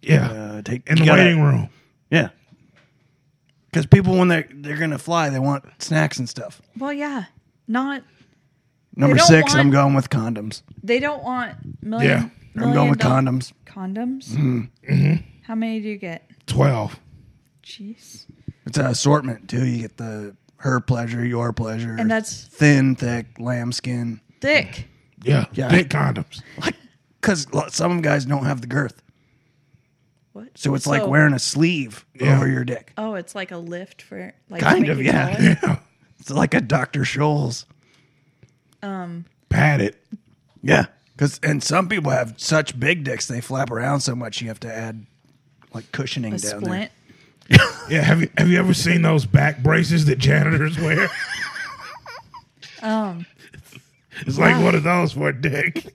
Speaker 3: yeah,
Speaker 2: Uh, take
Speaker 3: in
Speaker 2: you
Speaker 3: the
Speaker 2: gotta-
Speaker 3: waiting room.
Speaker 2: Yeah. Because people, when they're they're gonna fly, they want snacks and stuff.
Speaker 4: Well, yeah, not
Speaker 2: Number
Speaker 4: don't
Speaker 2: six,
Speaker 4: want-
Speaker 2: I'm going with condoms.
Speaker 4: they don't want million.
Speaker 3: Yeah,
Speaker 2: I'm going with
Speaker 4: million
Speaker 2: condoms. Mm-hmm.
Speaker 4: doll- Condoms. How many do you get?
Speaker 3: Twelve.
Speaker 4: Jeez,
Speaker 2: It's an assortment too. You get the her pleasure, your pleasure,
Speaker 4: and that's
Speaker 2: thin, thick, lambskin.
Speaker 4: thick.
Speaker 3: Yeah.
Speaker 2: Yeah.
Speaker 3: Thick condoms.
Speaker 2: Because some guys don't have the girth,
Speaker 4: What?
Speaker 2: so it's like wearing a sleeve
Speaker 3: Yeah.
Speaker 2: over your dick.
Speaker 4: Oh, it's like a lift for like to
Speaker 2: Kind
Speaker 4: make
Speaker 2: of,
Speaker 4: you
Speaker 2: yeah.
Speaker 4: taller?
Speaker 3: Yeah.
Speaker 2: It's like a Dr. Scholl's.
Speaker 3: Padded.
Speaker 2: Yeah. Cause, and some people have such big dicks they flap around so much you have to add like cushioning
Speaker 4: A
Speaker 2: down
Speaker 4: splint.
Speaker 3: Yeah. Have you Have you ever seen those back braces that janitors wear?
Speaker 4: Um.
Speaker 3: It's like
Speaker 4: Wow.
Speaker 3: one of those for a dick.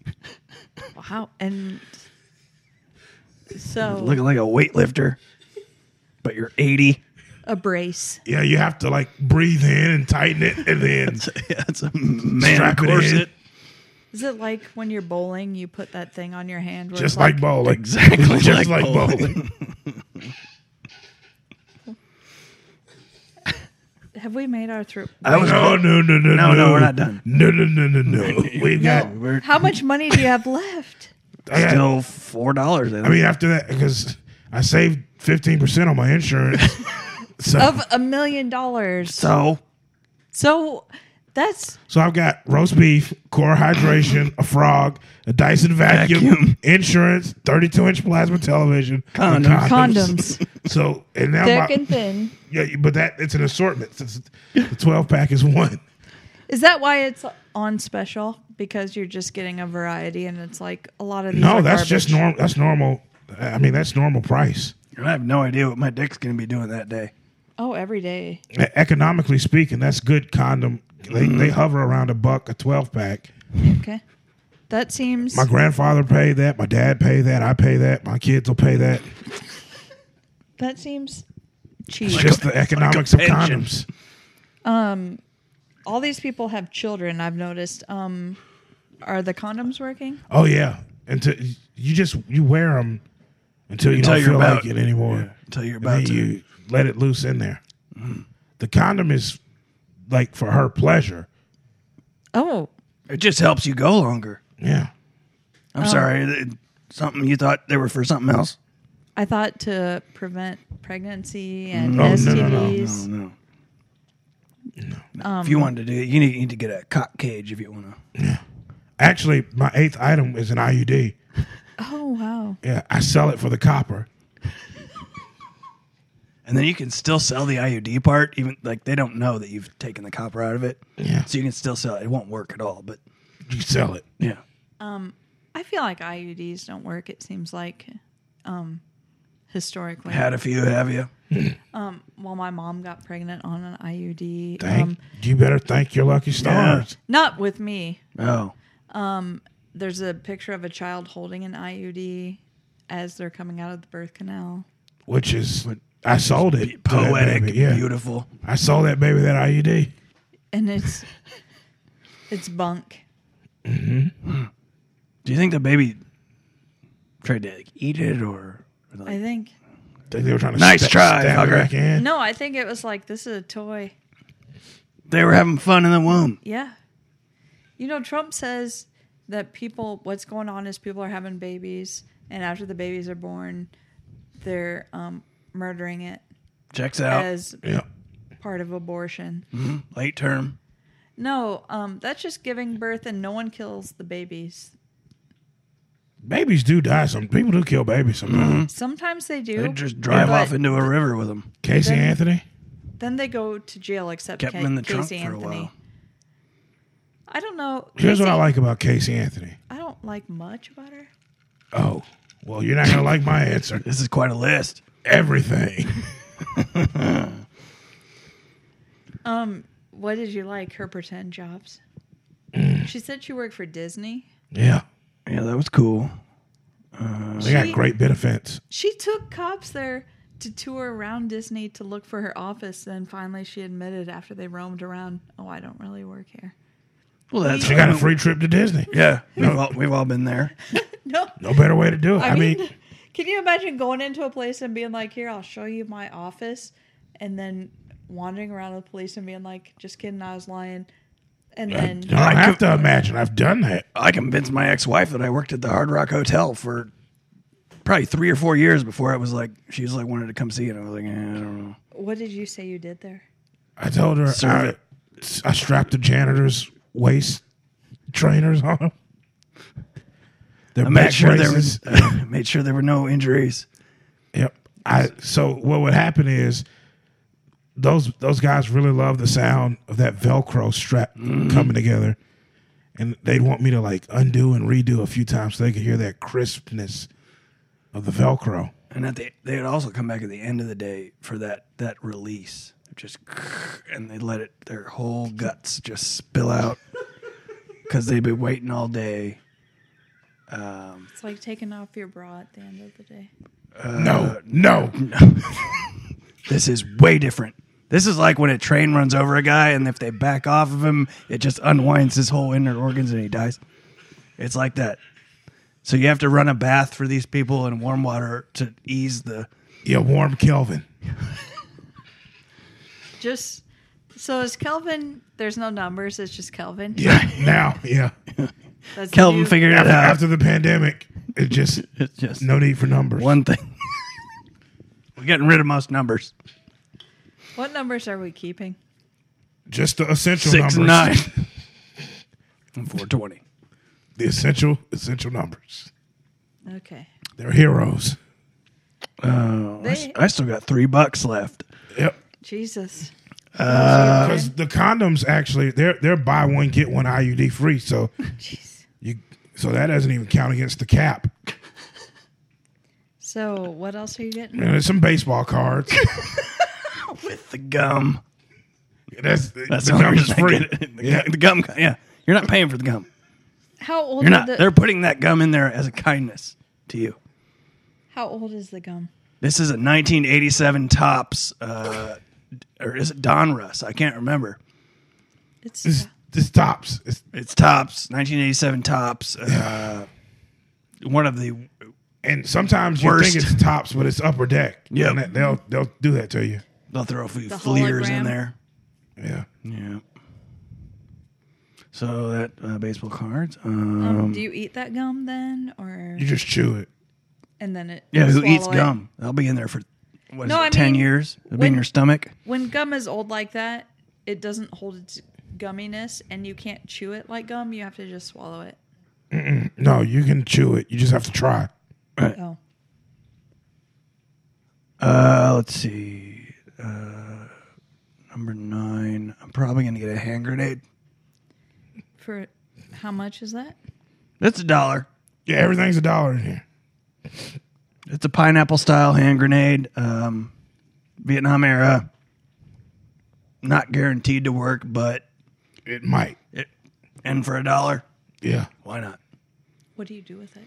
Speaker 4: Wow. And
Speaker 2: there.
Speaker 4: so
Speaker 2: Looking like a weightlifter, but you're 80.
Speaker 4: a brace.
Speaker 3: Yeah, you have to like breathe in and tighten it, and then
Speaker 2: yeah, it's a man
Speaker 3: Strap it
Speaker 2: corset.
Speaker 3: in.
Speaker 4: Is it like when you're bowling, you put that thing on your hand? Where
Speaker 3: just
Speaker 4: it's
Speaker 3: like bowling,
Speaker 2: Exactly
Speaker 3: just
Speaker 2: like
Speaker 3: like,
Speaker 2: bowling.
Speaker 3: bowling.
Speaker 4: have we made our through?
Speaker 2: I was
Speaker 3: No, no, no, no,
Speaker 2: No, no, we're not done.
Speaker 3: No, no, no, no, no. We've got.
Speaker 2: we're
Speaker 4: How much money do you have left?
Speaker 3: I, got-
Speaker 2: still $4. I, think.
Speaker 3: I mean, after that, because I saved fifteen percent on my insurance. So,
Speaker 4: Of a million dollars.
Speaker 2: so
Speaker 4: So that's
Speaker 3: so I've got roast beef, core hydration, a frog, a Dyson vacuum,
Speaker 2: Vacuum.
Speaker 3: insurance, thirty-two inch plasma television, and
Speaker 2: Condoms.
Speaker 4: condoms,
Speaker 3: So and now,
Speaker 4: thick
Speaker 3: my-
Speaker 4: and thin.
Speaker 3: yeah, but that it's an assortment. It's- the twelve pack is one.
Speaker 4: Is that why it's on special? Because you're just getting a variety, and it's like a lot of these.
Speaker 3: No,
Speaker 4: are
Speaker 3: that's just
Speaker 4: garbage.
Speaker 3: normal. That's normal. I mean, that's normal price.
Speaker 2: I have no idea what my dick's going to be doing that day.
Speaker 4: Oh, every day.
Speaker 3: E- Economically speaking, that's good condom. They, they hover around a buck, a twelve pack.
Speaker 4: Okay, that seems.
Speaker 3: My grandfather paid that. My dad paid that. I pay that. My kids will pay that.
Speaker 4: That seems cheap.
Speaker 3: It's just the economics of
Speaker 2: pension.
Speaker 3: condoms.
Speaker 4: All these people have children. I've noticed. Um, are the condoms working?
Speaker 3: Oh yeah, until you just you wear them until you
Speaker 2: Until
Speaker 3: don't
Speaker 2: you're
Speaker 3: feel
Speaker 2: about-
Speaker 3: like it anymore.
Speaker 2: Until you're
Speaker 3: And
Speaker 2: about
Speaker 3: then
Speaker 2: to. Mm-hmm.
Speaker 3: you let it loose in there. The condom is like for her pleasure.
Speaker 4: Oh,
Speaker 2: It just helps you go longer.
Speaker 3: Yeah.
Speaker 2: I'm sorry. th- Something you thought they were for something else?
Speaker 4: I thought to prevent pregnancy and
Speaker 3: No, no, no, no,
Speaker 4: STDs.
Speaker 2: no. if you wanted to do it, you need, you need to get a cock cage if you want to.
Speaker 3: Actually, my eighth item is an IUD.
Speaker 4: Oh wow,
Speaker 3: Yeah, I sell it for the copper.
Speaker 2: And then you can still sell the IUD part, even like they don't know that you've taken the copper out of it.
Speaker 3: Yeah.
Speaker 2: So you can still sell it. It won't work at all, but
Speaker 3: You sell it.
Speaker 2: yeah.
Speaker 4: I feel like IUDs don't work. It seems like, um, historically.
Speaker 2: Had a few, have you?
Speaker 4: Well, my mom got pregnant on an IUD.
Speaker 3: Thank
Speaker 4: Um,
Speaker 3: you. Better thank your lucky stars.
Speaker 4: not with me.
Speaker 2: Oh.
Speaker 4: There's a picture of a child holding an IUD as they're coming out of the birth canal.
Speaker 3: Which is I sold it. to that
Speaker 2: Poetic,
Speaker 3: baby, Yeah,
Speaker 2: beautiful.
Speaker 3: I sold that baby that IUD.
Speaker 4: and it's it's bunk.
Speaker 2: Do you think the baby tried to like, eat it or, or like,
Speaker 4: I think.
Speaker 3: They, they were trying to
Speaker 2: Nice
Speaker 3: sta-
Speaker 2: try,
Speaker 3: stab it
Speaker 2: fucker.
Speaker 3: back in.
Speaker 4: No, I think it was like this is a toy.
Speaker 2: they were having fun in the womb.
Speaker 4: Yeah. You know, Trump says that people, what's going on is people are having babies, and after the babies are born, they're um, murdering it
Speaker 2: Checks out
Speaker 4: as
Speaker 3: Yeah.
Speaker 4: part of abortion.
Speaker 2: late term.
Speaker 4: No, um, that's just giving birth, and no one kills the babies.
Speaker 3: Babies do die. Some people do kill babies
Speaker 2: Mm-hmm.
Speaker 3: sometimes.
Speaker 4: Sometimes they do.
Speaker 2: They just drive
Speaker 4: but
Speaker 2: off into a river with them.
Speaker 3: Casey
Speaker 4: Then-
Speaker 3: Anthony.
Speaker 4: Then they go to jail, except
Speaker 2: Kept
Speaker 4: Ca-
Speaker 2: them in the trunk
Speaker 4: Casey
Speaker 2: for a
Speaker 4: Anthony.
Speaker 2: while.
Speaker 4: I don't know.
Speaker 3: Here's what I
Speaker 4: Casey-
Speaker 3: like about Casey Anthony.
Speaker 4: I don't like much about her.
Speaker 3: Oh, well, you're not gonna like my answer.
Speaker 2: This is quite a list.
Speaker 3: Everything.
Speaker 4: What did you like? Her pretend jobs. she said she worked for Disney.
Speaker 3: Yeah,
Speaker 2: Yeah, that was cool.
Speaker 3: they got
Speaker 4: She-
Speaker 3: great benefits.
Speaker 4: She took cops there to tour around Disney to look for her office. Then finally, she admitted after they roamed around, "Oh, I don't really work here."
Speaker 2: Well, that's
Speaker 3: She got a free trip to Disney.
Speaker 2: Yeah, we've all, we've all been there.
Speaker 4: No,
Speaker 3: No better way to do it. I, mean,
Speaker 4: can you imagine going into a place and being like, "Here, I'll show you my office," and then wandering around with police and being like, "Just kidding, I was lying," and
Speaker 3: I
Speaker 4: then
Speaker 3: don't have to imagine. I've done that.
Speaker 2: I convinced my ex-wife that I worked at the Hard Rock Hotel for probably three or four years before I was like, she was like wanted to come see it. I was like, eh, I don't know.
Speaker 4: what did you say you did there?
Speaker 3: I told her
Speaker 2: Serve
Speaker 3: I,
Speaker 2: it.
Speaker 3: I strapped the janitor's waist trainers on him. Their
Speaker 2: I made
Speaker 3: back
Speaker 2: sure there
Speaker 3: braces.
Speaker 2: was I made sure there were no injuries.
Speaker 3: Yep. I so what would happen is those those guys really love the sound of that Velcro strap
Speaker 2: Mm-hmm.
Speaker 3: coming together, and they'd want me to like undo and redo a few times so they could hear that crispness of the Velcro.
Speaker 2: And at the, they would also come back at the end of the day for that that release, just and they let it their whole guts just spill out because they'd been waiting all day.
Speaker 4: It's like taking off your bra at the end of the day.
Speaker 2: Uh,
Speaker 3: no, no,
Speaker 2: This is way different. This is like when a train runs over a guy, and if they back off of him, it just unwinds his whole inner organs and he dies. It's like that. So you have to run a bath for these people in warm water to ease the.
Speaker 3: yeah, warm Kelvin.
Speaker 4: Just so is Kelvin. There's no numbers. It's just Kelvin.
Speaker 3: Yeah, now, yeah.
Speaker 4: That's the
Speaker 2: Kelvin
Speaker 4: new-
Speaker 2: figured it
Speaker 3: After,
Speaker 2: out.
Speaker 3: after the pandemic, it just
Speaker 2: It's just
Speaker 3: no need for numbers.
Speaker 2: one thing. We're getting rid of most numbers.
Speaker 4: What numbers are we keeping?
Speaker 3: just the essential
Speaker 2: Six and
Speaker 3: numbers.
Speaker 2: nine. And 420.
Speaker 3: The essential essential numbers.
Speaker 4: Okay.
Speaker 3: They're heroes.
Speaker 2: Oh, I, s-
Speaker 4: They-
Speaker 2: I still got three bucks left.
Speaker 3: Yep.
Speaker 4: Jesus.
Speaker 2: Uh,
Speaker 3: because the condoms actually they're they're buy one get one IUD free. So
Speaker 4: Jeez.
Speaker 3: you so that doesn't even count against the cap.
Speaker 4: So what else are you getting?
Speaker 3: And there's some baseball cards.
Speaker 2: With the gum.
Speaker 3: That's,
Speaker 2: That's
Speaker 3: the
Speaker 2: the
Speaker 3: gum
Speaker 2: only
Speaker 3: is
Speaker 2: reason I
Speaker 3: free.
Speaker 2: get it. The,
Speaker 3: Yeah.
Speaker 2: gu- the gum. Yeah. You're not paying for the gum.
Speaker 4: How old?
Speaker 2: You're
Speaker 4: are
Speaker 2: not.
Speaker 4: The,
Speaker 2: They're putting that gum in there as a kindness to you.
Speaker 4: how old is the gum?
Speaker 2: This is a 1987 Tops, uh, or is it Donruss? I can't remember.
Speaker 4: It's
Speaker 3: This this tops. It's
Speaker 2: It's Tops, 1987 Tops. Uh, one of the.
Speaker 3: and sometimes you
Speaker 2: Worst.
Speaker 3: think it's tops, but it's upper deck.
Speaker 2: Yep.
Speaker 3: And that- they'll they'll do that to you.
Speaker 2: They'll throw a few
Speaker 4: The
Speaker 2: fleers in
Speaker 4: hologram.
Speaker 2: there.
Speaker 3: Yeah.
Speaker 2: Yeah. So that uh, baseball cards.
Speaker 4: um,
Speaker 2: Um,
Speaker 4: do you eat that gum then, or
Speaker 3: You just chew it.
Speaker 4: and then it?
Speaker 2: yeah,
Speaker 4: you
Speaker 2: who eats
Speaker 4: swallow it?
Speaker 2: gum? They'll be in there for what is
Speaker 4: No,
Speaker 2: it,
Speaker 4: I
Speaker 2: ten
Speaker 4: mean,
Speaker 2: years? It'll be
Speaker 4: when-
Speaker 2: in your stomach.
Speaker 4: When gum is old like that, it doesn't hold its gumminess, and you can't chew it like gum. You have to just swallow it.
Speaker 3: No, you can chew it. You just have to try.
Speaker 4: Oh,
Speaker 2: Uh, let's see. Uh, number nine. I'm probably gonna get a hand grenade.
Speaker 4: for how much is that?
Speaker 2: That's a dollar.
Speaker 3: Yeah, everything's a dollar in here.
Speaker 2: It's a pineapple style hand grenade. Um, Vietnam era. Not guaranteed to work, but
Speaker 3: It might.
Speaker 2: it. And for a dollar,
Speaker 3: Yeah.
Speaker 2: why not?
Speaker 4: What do you do with it?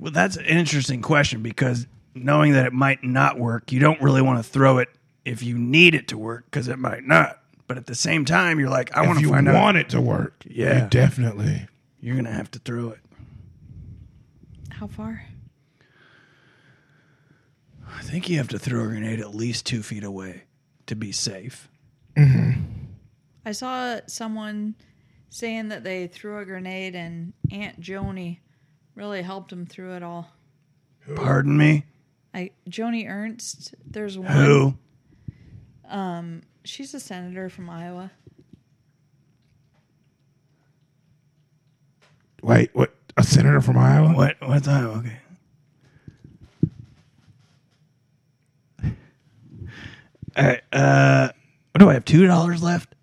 Speaker 2: Well, that's an interesting question because knowing that it might not work, you don't really want to throw it if you need it to work because it might not. But at the same time, you're like, I
Speaker 3: If
Speaker 2: want to
Speaker 3: you
Speaker 2: find out.
Speaker 3: want it to work,
Speaker 2: Yeah.
Speaker 3: you definitely.
Speaker 2: You're gonna have to throw it.
Speaker 4: How far?
Speaker 2: think you have to throw a grenade at least two feet away to be safe.
Speaker 4: I saw someone saying that they threw a grenade and Aunt Joni really helped him through it all.
Speaker 2: Pardon me?
Speaker 4: I Joni Ernst, there's one.
Speaker 2: Who?
Speaker 4: She's a senator from Iowa.
Speaker 3: Wait, what? A senator from Iowa?
Speaker 2: What? What's that? Okay. All right. Uh, what do I have? Two dollars left?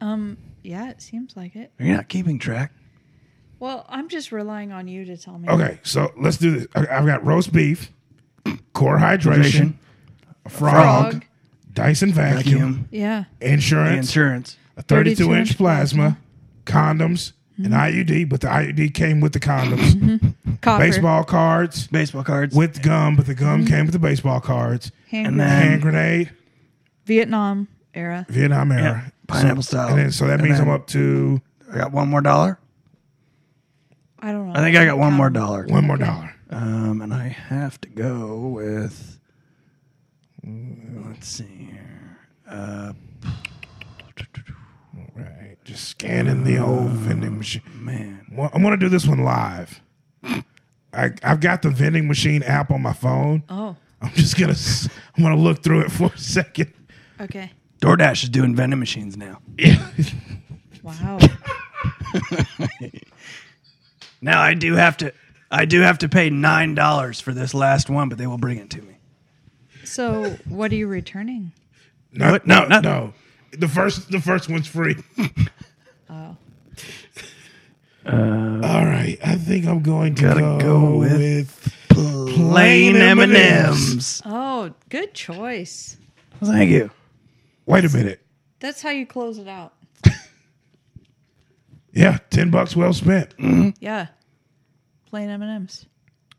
Speaker 4: Um, yeah, it seems like it.
Speaker 2: You're not keeping track.
Speaker 4: Well, I'm just relying on you to tell me.
Speaker 3: Okay, so let's do this. I, I've got roast beef, core hydration, a frog,
Speaker 4: Frog.
Speaker 3: Dyson vacuum,
Speaker 2: Vacuum.
Speaker 4: Yeah.
Speaker 3: insurance,
Speaker 2: Insurance.
Speaker 3: a 32,
Speaker 4: 32
Speaker 3: inch Mm-hmm.
Speaker 4: inch
Speaker 3: plasma, condoms, an IUD, but the IUD came with the condoms,
Speaker 4: Copper.
Speaker 3: baseball cards
Speaker 2: Baseball cards.
Speaker 3: with gum, but the gum came with the baseball cards,
Speaker 4: Hand
Speaker 2: and
Speaker 4: grenade.
Speaker 2: then-
Speaker 3: hand grenade,
Speaker 4: Vietnam era.
Speaker 3: Vietnam
Speaker 2: yeah,
Speaker 3: era.
Speaker 2: pineapple
Speaker 3: so,
Speaker 2: style.
Speaker 3: And then, so that
Speaker 2: And
Speaker 3: means
Speaker 2: then
Speaker 3: I'm up to
Speaker 2: I got one more dollar.
Speaker 4: I don't know.
Speaker 2: I think I got one more
Speaker 4: Um,
Speaker 2: dollar.
Speaker 3: one more dollar.
Speaker 2: Um, and I have to go with. Let's see here. Uh,
Speaker 3: Right, just scanning the old vending machine.
Speaker 2: man,
Speaker 3: Well, I'm gonna do this one live. I, I've got the vending machine app on my phone.
Speaker 4: Oh,
Speaker 3: I'm just gonna s- I'm gonna look through it for a second.
Speaker 4: okay.
Speaker 2: DoorDash is doing vending machines now.
Speaker 3: Yeah.
Speaker 4: Wow.
Speaker 2: Now I do have to. I do have to pay nine dollars for this last one, but they will bring it to me.
Speaker 4: so, what are you returning?
Speaker 3: No,
Speaker 2: No, no.
Speaker 3: no, no. The first the first one's free.
Speaker 4: Oh,
Speaker 3: All right, I think I'm going to
Speaker 2: Uh, Gotta
Speaker 3: go,
Speaker 2: go
Speaker 3: with,
Speaker 2: with Plain M and M's.
Speaker 4: oh, good choice.
Speaker 2: Thank you.
Speaker 3: Wait a minute.
Speaker 4: That's how you close it out.
Speaker 3: Yeah, ten bucks well spent.
Speaker 4: Yeah. Plain M and M's.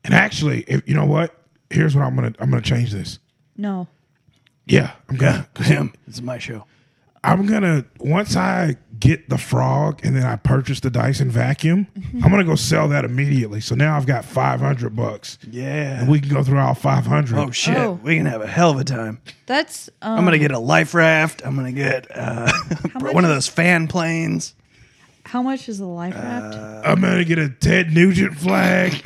Speaker 3: And actually, if, you know what? Here's what I'm gonna I'm gonna change this.
Speaker 4: No.
Speaker 3: Yeah, I'm gonna.
Speaker 2: Damn, this is my show.
Speaker 3: I'm gonna once I get the frog and then I purchase the Dyson vacuum. I'm gonna go sell that immediately. So now I've got 500 bucks,
Speaker 2: Yeah.
Speaker 3: and we can go through all 500.
Speaker 2: oh shit,
Speaker 4: Oh.
Speaker 2: we can have a hell of a time.
Speaker 4: That's um,
Speaker 2: I'm gonna get a life raft. I'm gonna get uh,
Speaker 4: much
Speaker 2: one of those fan planes.
Speaker 4: How much is the life raft?
Speaker 3: I'm gonna get a Ted Nugent flag.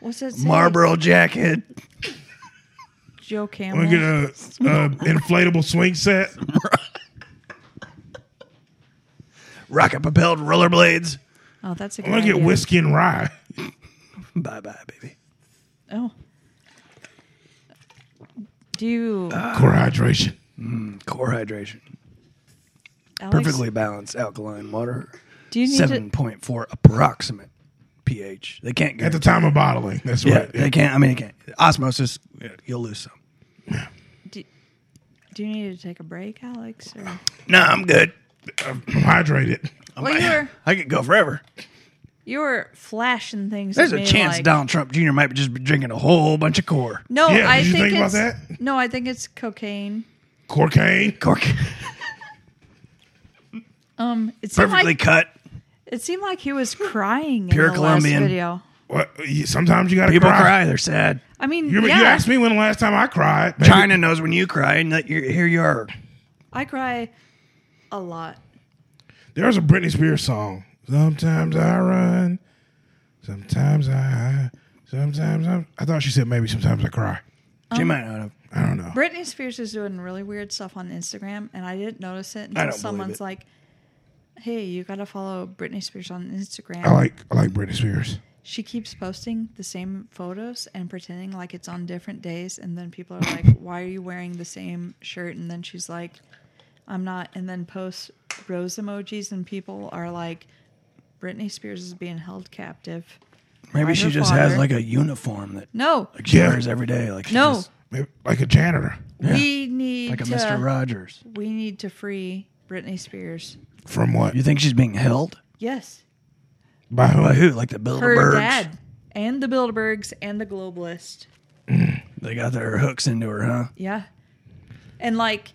Speaker 4: What's that? Say?
Speaker 2: Marlboro jacket.
Speaker 4: Joe
Speaker 3: I'm
Speaker 4: Camel.
Speaker 3: gonna get a, a inflatable swing set.
Speaker 2: Rocket propelled rollerblades.
Speaker 4: oh, that's a good
Speaker 3: I'm gonna get
Speaker 4: idea.
Speaker 3: whiskey and rye.
Speaker 2: Bye bye, baby.
Speaker 4: Oh. Do you
Speaker 3: Core hydration.
Speaker 2: Core hydration.
Speaker 4: Alex,
Speaker 2: Perfectly balanced alkaline water.
Speaker 4: Do you need
Speaker 2: Seven
Speaker 4: to?
Speaker 2: point four approximate pH. They can't
Speaker 3: At
Speaker 2: get
Speaker 3: the time of bottling, that's
Speaker 2: Yeah,
Speaker 3: right.
Speaker 2: they can't. I mean, they can't. Osmosis, you'll lose some.
Speaker 4: Do, do you need to take a break, Alex? Or?
Speaker 2: No, I'm good.
Speaker 3: I'm hydrated.
Speaker 2: I'm
Speaker 4: Well,
Speaker 2: like,
Speaker 4: you were-
Speaker 2: I could go forever.
Speaker 4: You were flashing things.
Speaker 2: There's
Speaker 4: at
Speaker 2: a
Speaker 4: me
Speaker 2: chance
Speaker 4: like-
Speaker 2: Donald Trump Jr. might just be drinking a whole bunch of core.
Speaker 4: No,
Speaker 3: Yeah,
Speaker 4: I
Speaker 3: did you
Speaker 4: think,
Speaker 3: think about
Speaker 4: it's,
Speaker 3: that?
Speaker 4: No, I think it's cocaine.
Speaker 3: Corcaine.
Speaker 2: Cork,
Speaker 4: Um, it seemed
Speaker 2: perfectly
Speaker 4: like
Speaker 2: cut.
Speaker 4: it seemed like he was crying
Speaker 2: Pure
Speaker 4: in the
Speaker 2: Colombian.
Speaker 4: last video.
Speaker 3: What? you- Sometimes you gotta
Speaker 2: People
Speaker 3: cry.
Speaker 2: cry. They're sad.
Speaker 4: I mean,
Speaker 3: You,
Speaker 4: yeah,
Speaker 3: you asked me when the last time I cried. Maybe-
Speaker 2: China knows when you cry, and that you're, here you are.
Speaker 4: I cry a lot.
Speaker 3: There was a Britney Spears song. Sometimes I run, sometimes I, sometimes I. I thought she said maybe sometimes I cry.
Speaker 2: She
Speaker 4: Um,
Speaker 2: might not have.
Speaker 3: I don't know.
Speaker 4: Britney Spears is doing really weird stuff on Instagram, and I didn't notice it
Speaker 2: I
Speaker 4: until
Speaker 2: don't believe
Speaker 4: someone's
Speaker 2: it.
Speaker 4: like, "Hey, you got to follow Britney Spears on Instagram."
Speaker 2: Oh,
Speaker 3: I like I like Britney Spears.
Speaker 4: She keeps posting the same photos and pretending like it's on different days, and then people are like, "Why are you wearing the same shirt?" And then she's like, "I'm not." And then posts rose emojis, and people are like, "Britney Spears is being held captive."
Speaker 2: Maybe
Speaker 4: By
Speaker 2: she
Speaker 4: her
Speaker 2: just has
Speaker 4: father.
Speaker 2: like a uniform that
Speaker 4: No,
Speaker 2: like she
Speaker 3: Yeah.
Speaker 2: wears every day. Like she
Speaker 4: no, uh,
Speaker 2: just-
Speaker 3: Maybe like a janitor
Speaker 4: we need
Speaker 2: like a
Speaker 4: to,
Speaker 2: Mister Rogers.
Speaker 4: we need to free Britney Spears.
Speaker 3: from what?
Speaker 2: You think she's being held
Speaker 4: Yes.
Speaker 3: By whom?
Speaker 2: by who? Like the Bilderbergs.
Speaker 4: her dad and the Bilderbergs and the Globalist.
Speaker 2: They got their hooks into her, huh?
Speaker 4: Yeah. And like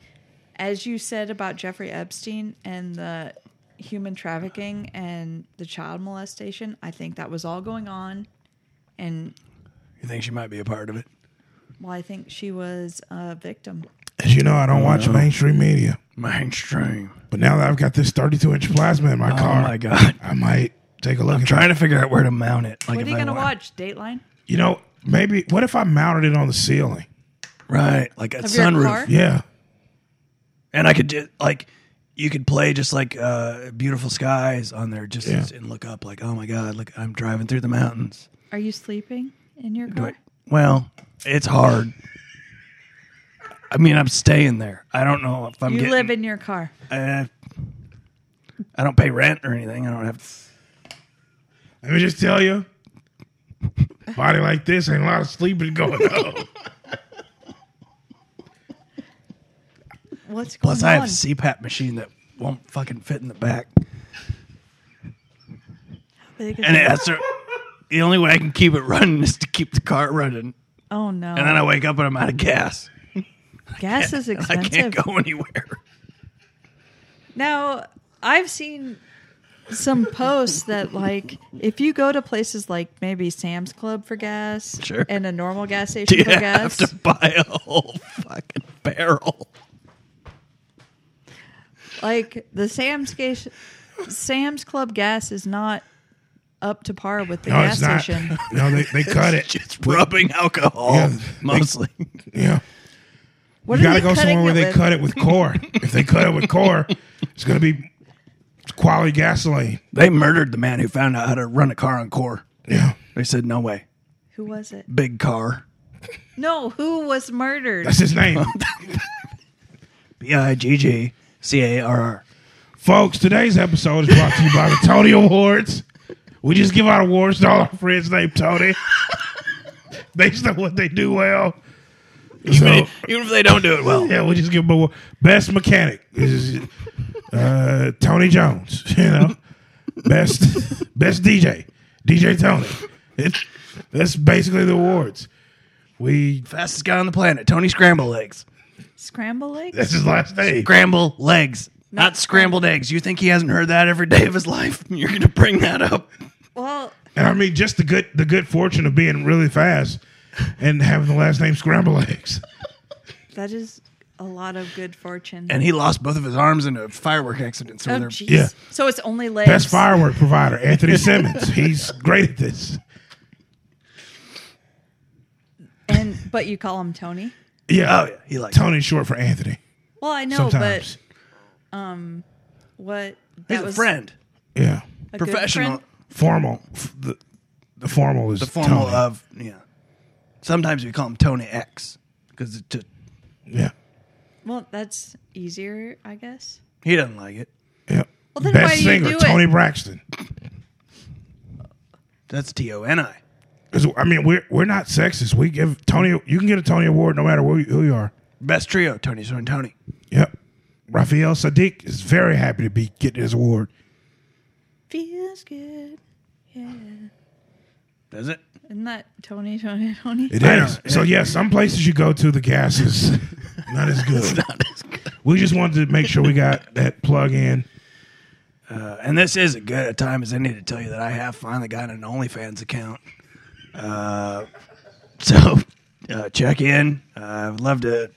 Speaker 4: as you said about Jeffrey Epstein and the human trafficking and the child molestation, I think that was all going on and
Speaker 2: You think she might be a part of it?
Speaker 4: Well, I think she was a victim.
Speaker 3: As you know, I don't watch mainstream media,
Speaker 2: Mainstream.
Speaker 3: but now that I've got this 32 inch plasma in my
Speaker 2: Oh
Speaker 3: car,
Speaker 2: my god.
Speaker 3: I might take a look.
Speaker 2: I'm
Speaker 3: at
Speaker 2: trying
Speaker 3: that.
Speaker 2: to figure out where to mount it. Like
Speaker 4: What
Speaker 2: if
Speaker 4: are you
Speaker 2: I
Speaker 4: going to
Speaker 2: want-
Speaker 4: watch? Dateline?
Speaker 3: You know, maybe what if I mounted it on the ceiling?
Speaker 2: Right, like a
Speaker 4: Of your
Speaker 2: sunroof.
Speaker 4: car?
Speaker 3: Yeah,
Speaker 2: and I could just like you could play just like uh, beautiful skies on there, just
Speaker 3: Yeah.
Speaker 2: and look up like oh my god, look I'm driving through the mountains.
Speaker 4: Are you sleeping in your
Speaker 2: Do
Speaker 4: car?
Speaker 2: I- well, it's hard. I mean, I'm staying there. I don't know if I'm
Speaker 4: you
Speaker 2: getting.
Speaker 4: live in your car.
Speaker 2: uh, I don't pay rent or anything. I don't have.
Speaker 3: let me just tell you, body like this ain't a lot of sleeping going on.
Speaker 4: What's going
Speaker 2: Plus, I have
Speaker 4: on?
Speaker 2: a CPAP machine that won't fucking fit in the back,
Speaker 4: Big as
Speaker 2: and it
Speaker 4: a-
Speaker 2: has to. The only way I can keep it running is to keep the car running,
Speaker 4: oh no!
Speaker 2: and then I wake up and I'm out of gas.
Speaker 4: Gas is
Speaker 2: And I
Speaker 4: expensive.
Speaker 2: can't go anywhere.
Speaker 4: Now, I've seen some posts that like if you go to places like maybe Sam's Club for gas
Speaker 2: Sure.
Speaker 4: and a normal gas station
Speaker 2: you
Speaker 4: for
Speaker 2: have
Speaker 4: gas,
Speaker 2: to buy a whole fucking barrel.
Speaker 4: like the Sam's gas Sam's Club gas is not up to par with the
Speaker 3: No,
Speaker 4: gas
Speaker 3: it's not.
Speaker 4: station.
Speaker 3: No, they, they cut it.
Speaker 2: Just rubbing alcohol
Speaker 3: Yeah.
Speaker 2: mostly.
Speaker 3: Yeah.
Speaker 4: What
Speaker 3: you got
Speaker 4: are
Speaker 3: to
Speaker 4: they
Speaker 3: go
Speaker 4: cutting
Speaker 3: somewhere where
Speaker 4: it
Speaker 3: they
Speaker 4: with?
Speaker 3: cut it with core. if they cut it with core, it's going to be quality gasoline.
Speaker 2: they murdered the man who found out how to run a car on core.
Speaker 3: Yeah.
Speaker 2: They said, "No way,
Speaker 4: Who was it?
Speaker 2: big car."
Speaker 4: No, who was murdered?
Speaker 3: That's his name.
Speaker 2: B i g g c a r r.
Speaker 3: Folks, today's episode is brought to you by the Tony Awards. We just give out awards to all our friends named Tony based on what they do well. So,
Speaker 2: Even if they don't do it well,
Speaker 3: yeah, we just give them a best mechanic is uh, Tony Jones, you know. Best best DJ, DJ Tony. It, that's basically the awards. We
Speaker 2: fastest guy on the planet, Tony Scramble Legs.
Speaker 4: Scramble eggs?
Speaker 3: that's his last name.
Speaker 2: Scramble Legs, not, scrambled eggs. You think he hasn't heard that every day of his life? You're going to bring that up?
Speaker 4: Well,
Speaker 3: And I mean, just the good the good fortune of being really fast and having the last name Scramble Eggs.
Speaker 4: that is a lot of good fortune.
Speaker 2: And he lost both of his arms in a firework accident. So
Speaker 4: oh
Speaker 2: they're-
Speaker 4: jeez.
Speaker 3: Yeah.
Speaker 4: So it's only legs.
Speaker 3: Best firework provider, Anthony Simmons. He's great at this.
Speaker 4: And but you call him Tony?
Speaker 3: Yeah,
Speaker 2: oh yeah, he likes.
Speaker 3: Tony's short for Anthony.
Speaker 4: Well, I know,
Speaker 3: Sometimes,
Speaker 4: but what
Speaker 2: it.
Speaker 4: that
Speaker 2: He's a
Speaker 4: was
Speaker 2: friend,
Speaker 3: yeah,
Speaker 4: a good
Speaker 2: professional.
Speaker 4: friend?
Speaker 3: formal. F- The, the formal is
Speaker 2: the formal
Speaker 3: Tony.
Speaker 2: of yeah. Sometimes we call him Tony X because
Speaker 3: yeah,
Speaker 4: Well, that's easier, I guess.
Speaker 2: he doesn't like it.
Speaker 3: yeah.
Speaker 4: Well, then
Speaker 3: Best
Speaker 4: why do you
Speaker 3: singer,
Speaker 4: do it?
Speaker 3: Tony Braxton.
Speaker 2: That's T O N I.
Speaker 3: 'Cause, I mean, we're we're not sexist. We give Tony. You can get a Tony Award no matter who you, who you are.
Speaker 2: Best trio, Tony Swan Tony.
Speaker 3: Yep. Rafael Sadiq is very happy to be getting his award.
Speaker 4: Feels good. Yeah.
Speaker 2: Does it?
Speaker 4: Isn't that Tony, Tony, Tony?
Speaker 3: It
Speaker 2: I
Speaker 3: is.
Speaker 2: don't-
Speaker 3: So yeah, some places you go to, the gas is not as good.
Speaker 2: Not as good.
Speaker 3: We just wanted to make sure we got that plug in.
Speaker 2: Uh, and this is as good a time as any to tell you that I have finally gotten an OnlyFans account. Uh, so uh, check in. Uh, I would love to.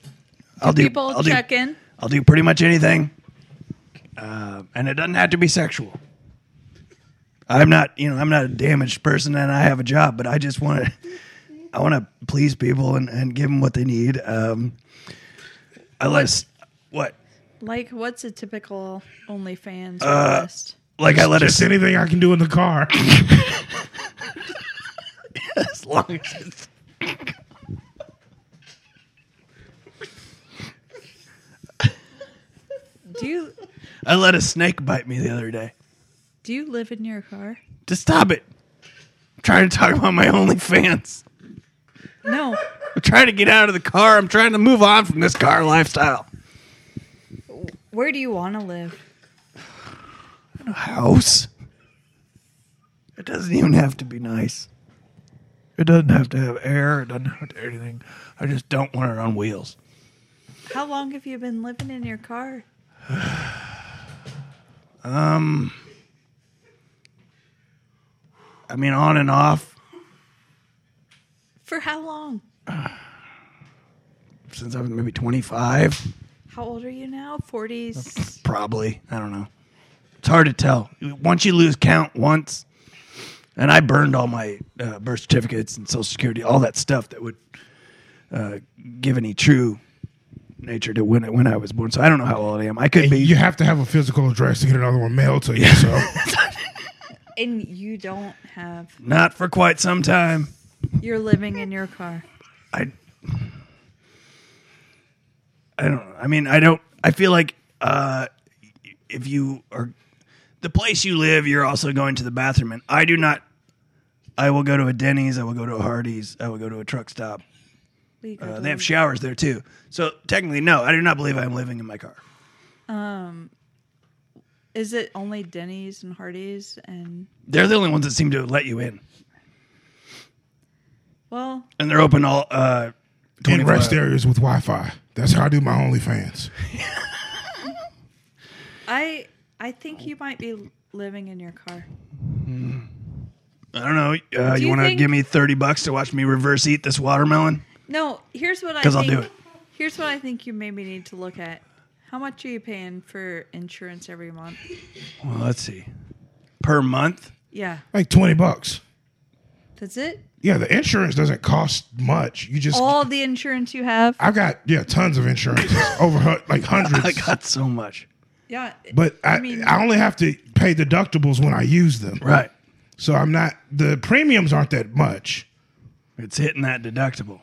Speaker 2: I'll do.
Speaker 4: People
Speaker 2: I'll do-
Speaker 4: check in.
Speaker 2: I'll do pretty much anything, uh, and it doesn't have to be sexual. I'm not, you know, I'm not a damaged person, and I have a job, but I just want to, I want to please people and, and give them what they need. Um, unless what,
Speaker 4: Like, what's a typical OnlyFans
Speaker 2: Uh,
Speaker 4: request?
Speaker 2: like I let
Speaker 3: Just
Speaker 2: it
Speaker 3: anything I can do in the car.
Speaker 2: as long as it's.
Speaker 4: Do you
Speaker 2: I let a snake bite me the other day.
Speaker 4: do you live in your car?
Speaker 2: Just stop it. I'm trying to talk about my OnlyFans.
Speaker 4: No.
Speaker 2: I'm trying to get out of the car. I'm trying to move on from this car lifestyle.
Speaker 4: Where do you want to live?
Speaker 2: house. It doesn't even have to be nice. It doesn't have to have air. It doesn't have to anything. I just don't want it on wheels.
Speaker 4: How long have you been living in your car?
Speaker 2: I mean, on and off.
Speaker 4: For how long?
Speaker 2: since I was maybe 25,
Speaker 4: How old are you now? 40s.
Speaker 2: probably. I don't know. It's hard to tell. Once you lose count once, and I burned all my uh, birth certificates and social security, all that stuff that would uh, give any true nature to when, when I was born. So I don't know how old I am. I could
Speaker 3: And
Speaker 2: be.
Speaker 3: you have to have a physical address to get another one mailed to you. So
Speaker 4: And you don't have.
Speaker 2: Not for quite some time.
Speaker 4: You're living in your car.
Speaker 2: I I don't know. I mean, I don't I feel like uh if you are the place you live, you're also going to the bathroom and I do not I will go to a Denny's, I will go to a Hardee's, I will go to a truck stop.
Speaker 4: We go
Speaker 2: Uh,
Speaker 4: to
Speaker 2: they have
Speaker 4: the-
Speaker 2: showers there too. So technically no, I do not believe I'm living in my car.
Speaker 4: Is it only Denny's and Hardee's and
Speaker 2: They're the only ones that seem to let you in.
Speaker 4: well,
Speaker 2: And they're open all uh
Speaker 3: in
Speaker 2: 24
Speaker 3: rest areas with Wi-Fi. That's how I do my OnlyFans.
Speaker 4: I I think you might be living in your car.
Speaker 2: I don't know. Uh,
Speaker 4: Do
Speaker 2: you
Speaker 4: you
Speaker 2: want to
Speaker 4: think-
Speaker 2: give me 30 bucks to watch me reverse eat this watermelon?
Speaker 4: No, here's what I
Speaker 2: 'Cause I'll
Speaker 4: think-
Speaker 2: do it.
Speaker 4: Here's what I think you maybe need to look at. How much are you paying for insurance every month?
Speaker 2: Well, let's see. Per month?
Speaker 4: Yeah,
Speaker 3: Like twenty bucks.
Speaker 4: that's it.
Speaker 3: Yeah, the insurance doesn't cost much. You just
Speaker 2: Oh.
Speaker 4: All the insurance you have.
Speaker 3: I've got yeah tons of insurance, over hu- like hundreds.
Speaker 2: I got so much.
Speaker 4: Yeah, it-
Speaker 3: but I, I,
Speaker 4: mean-
Speaker 3: only have to pay deductibles when I use them.
Speaker 2: Right.
Speaker 3: So I'm not the premiums aren't that much.
Speaker 2: It's hitting that deductible.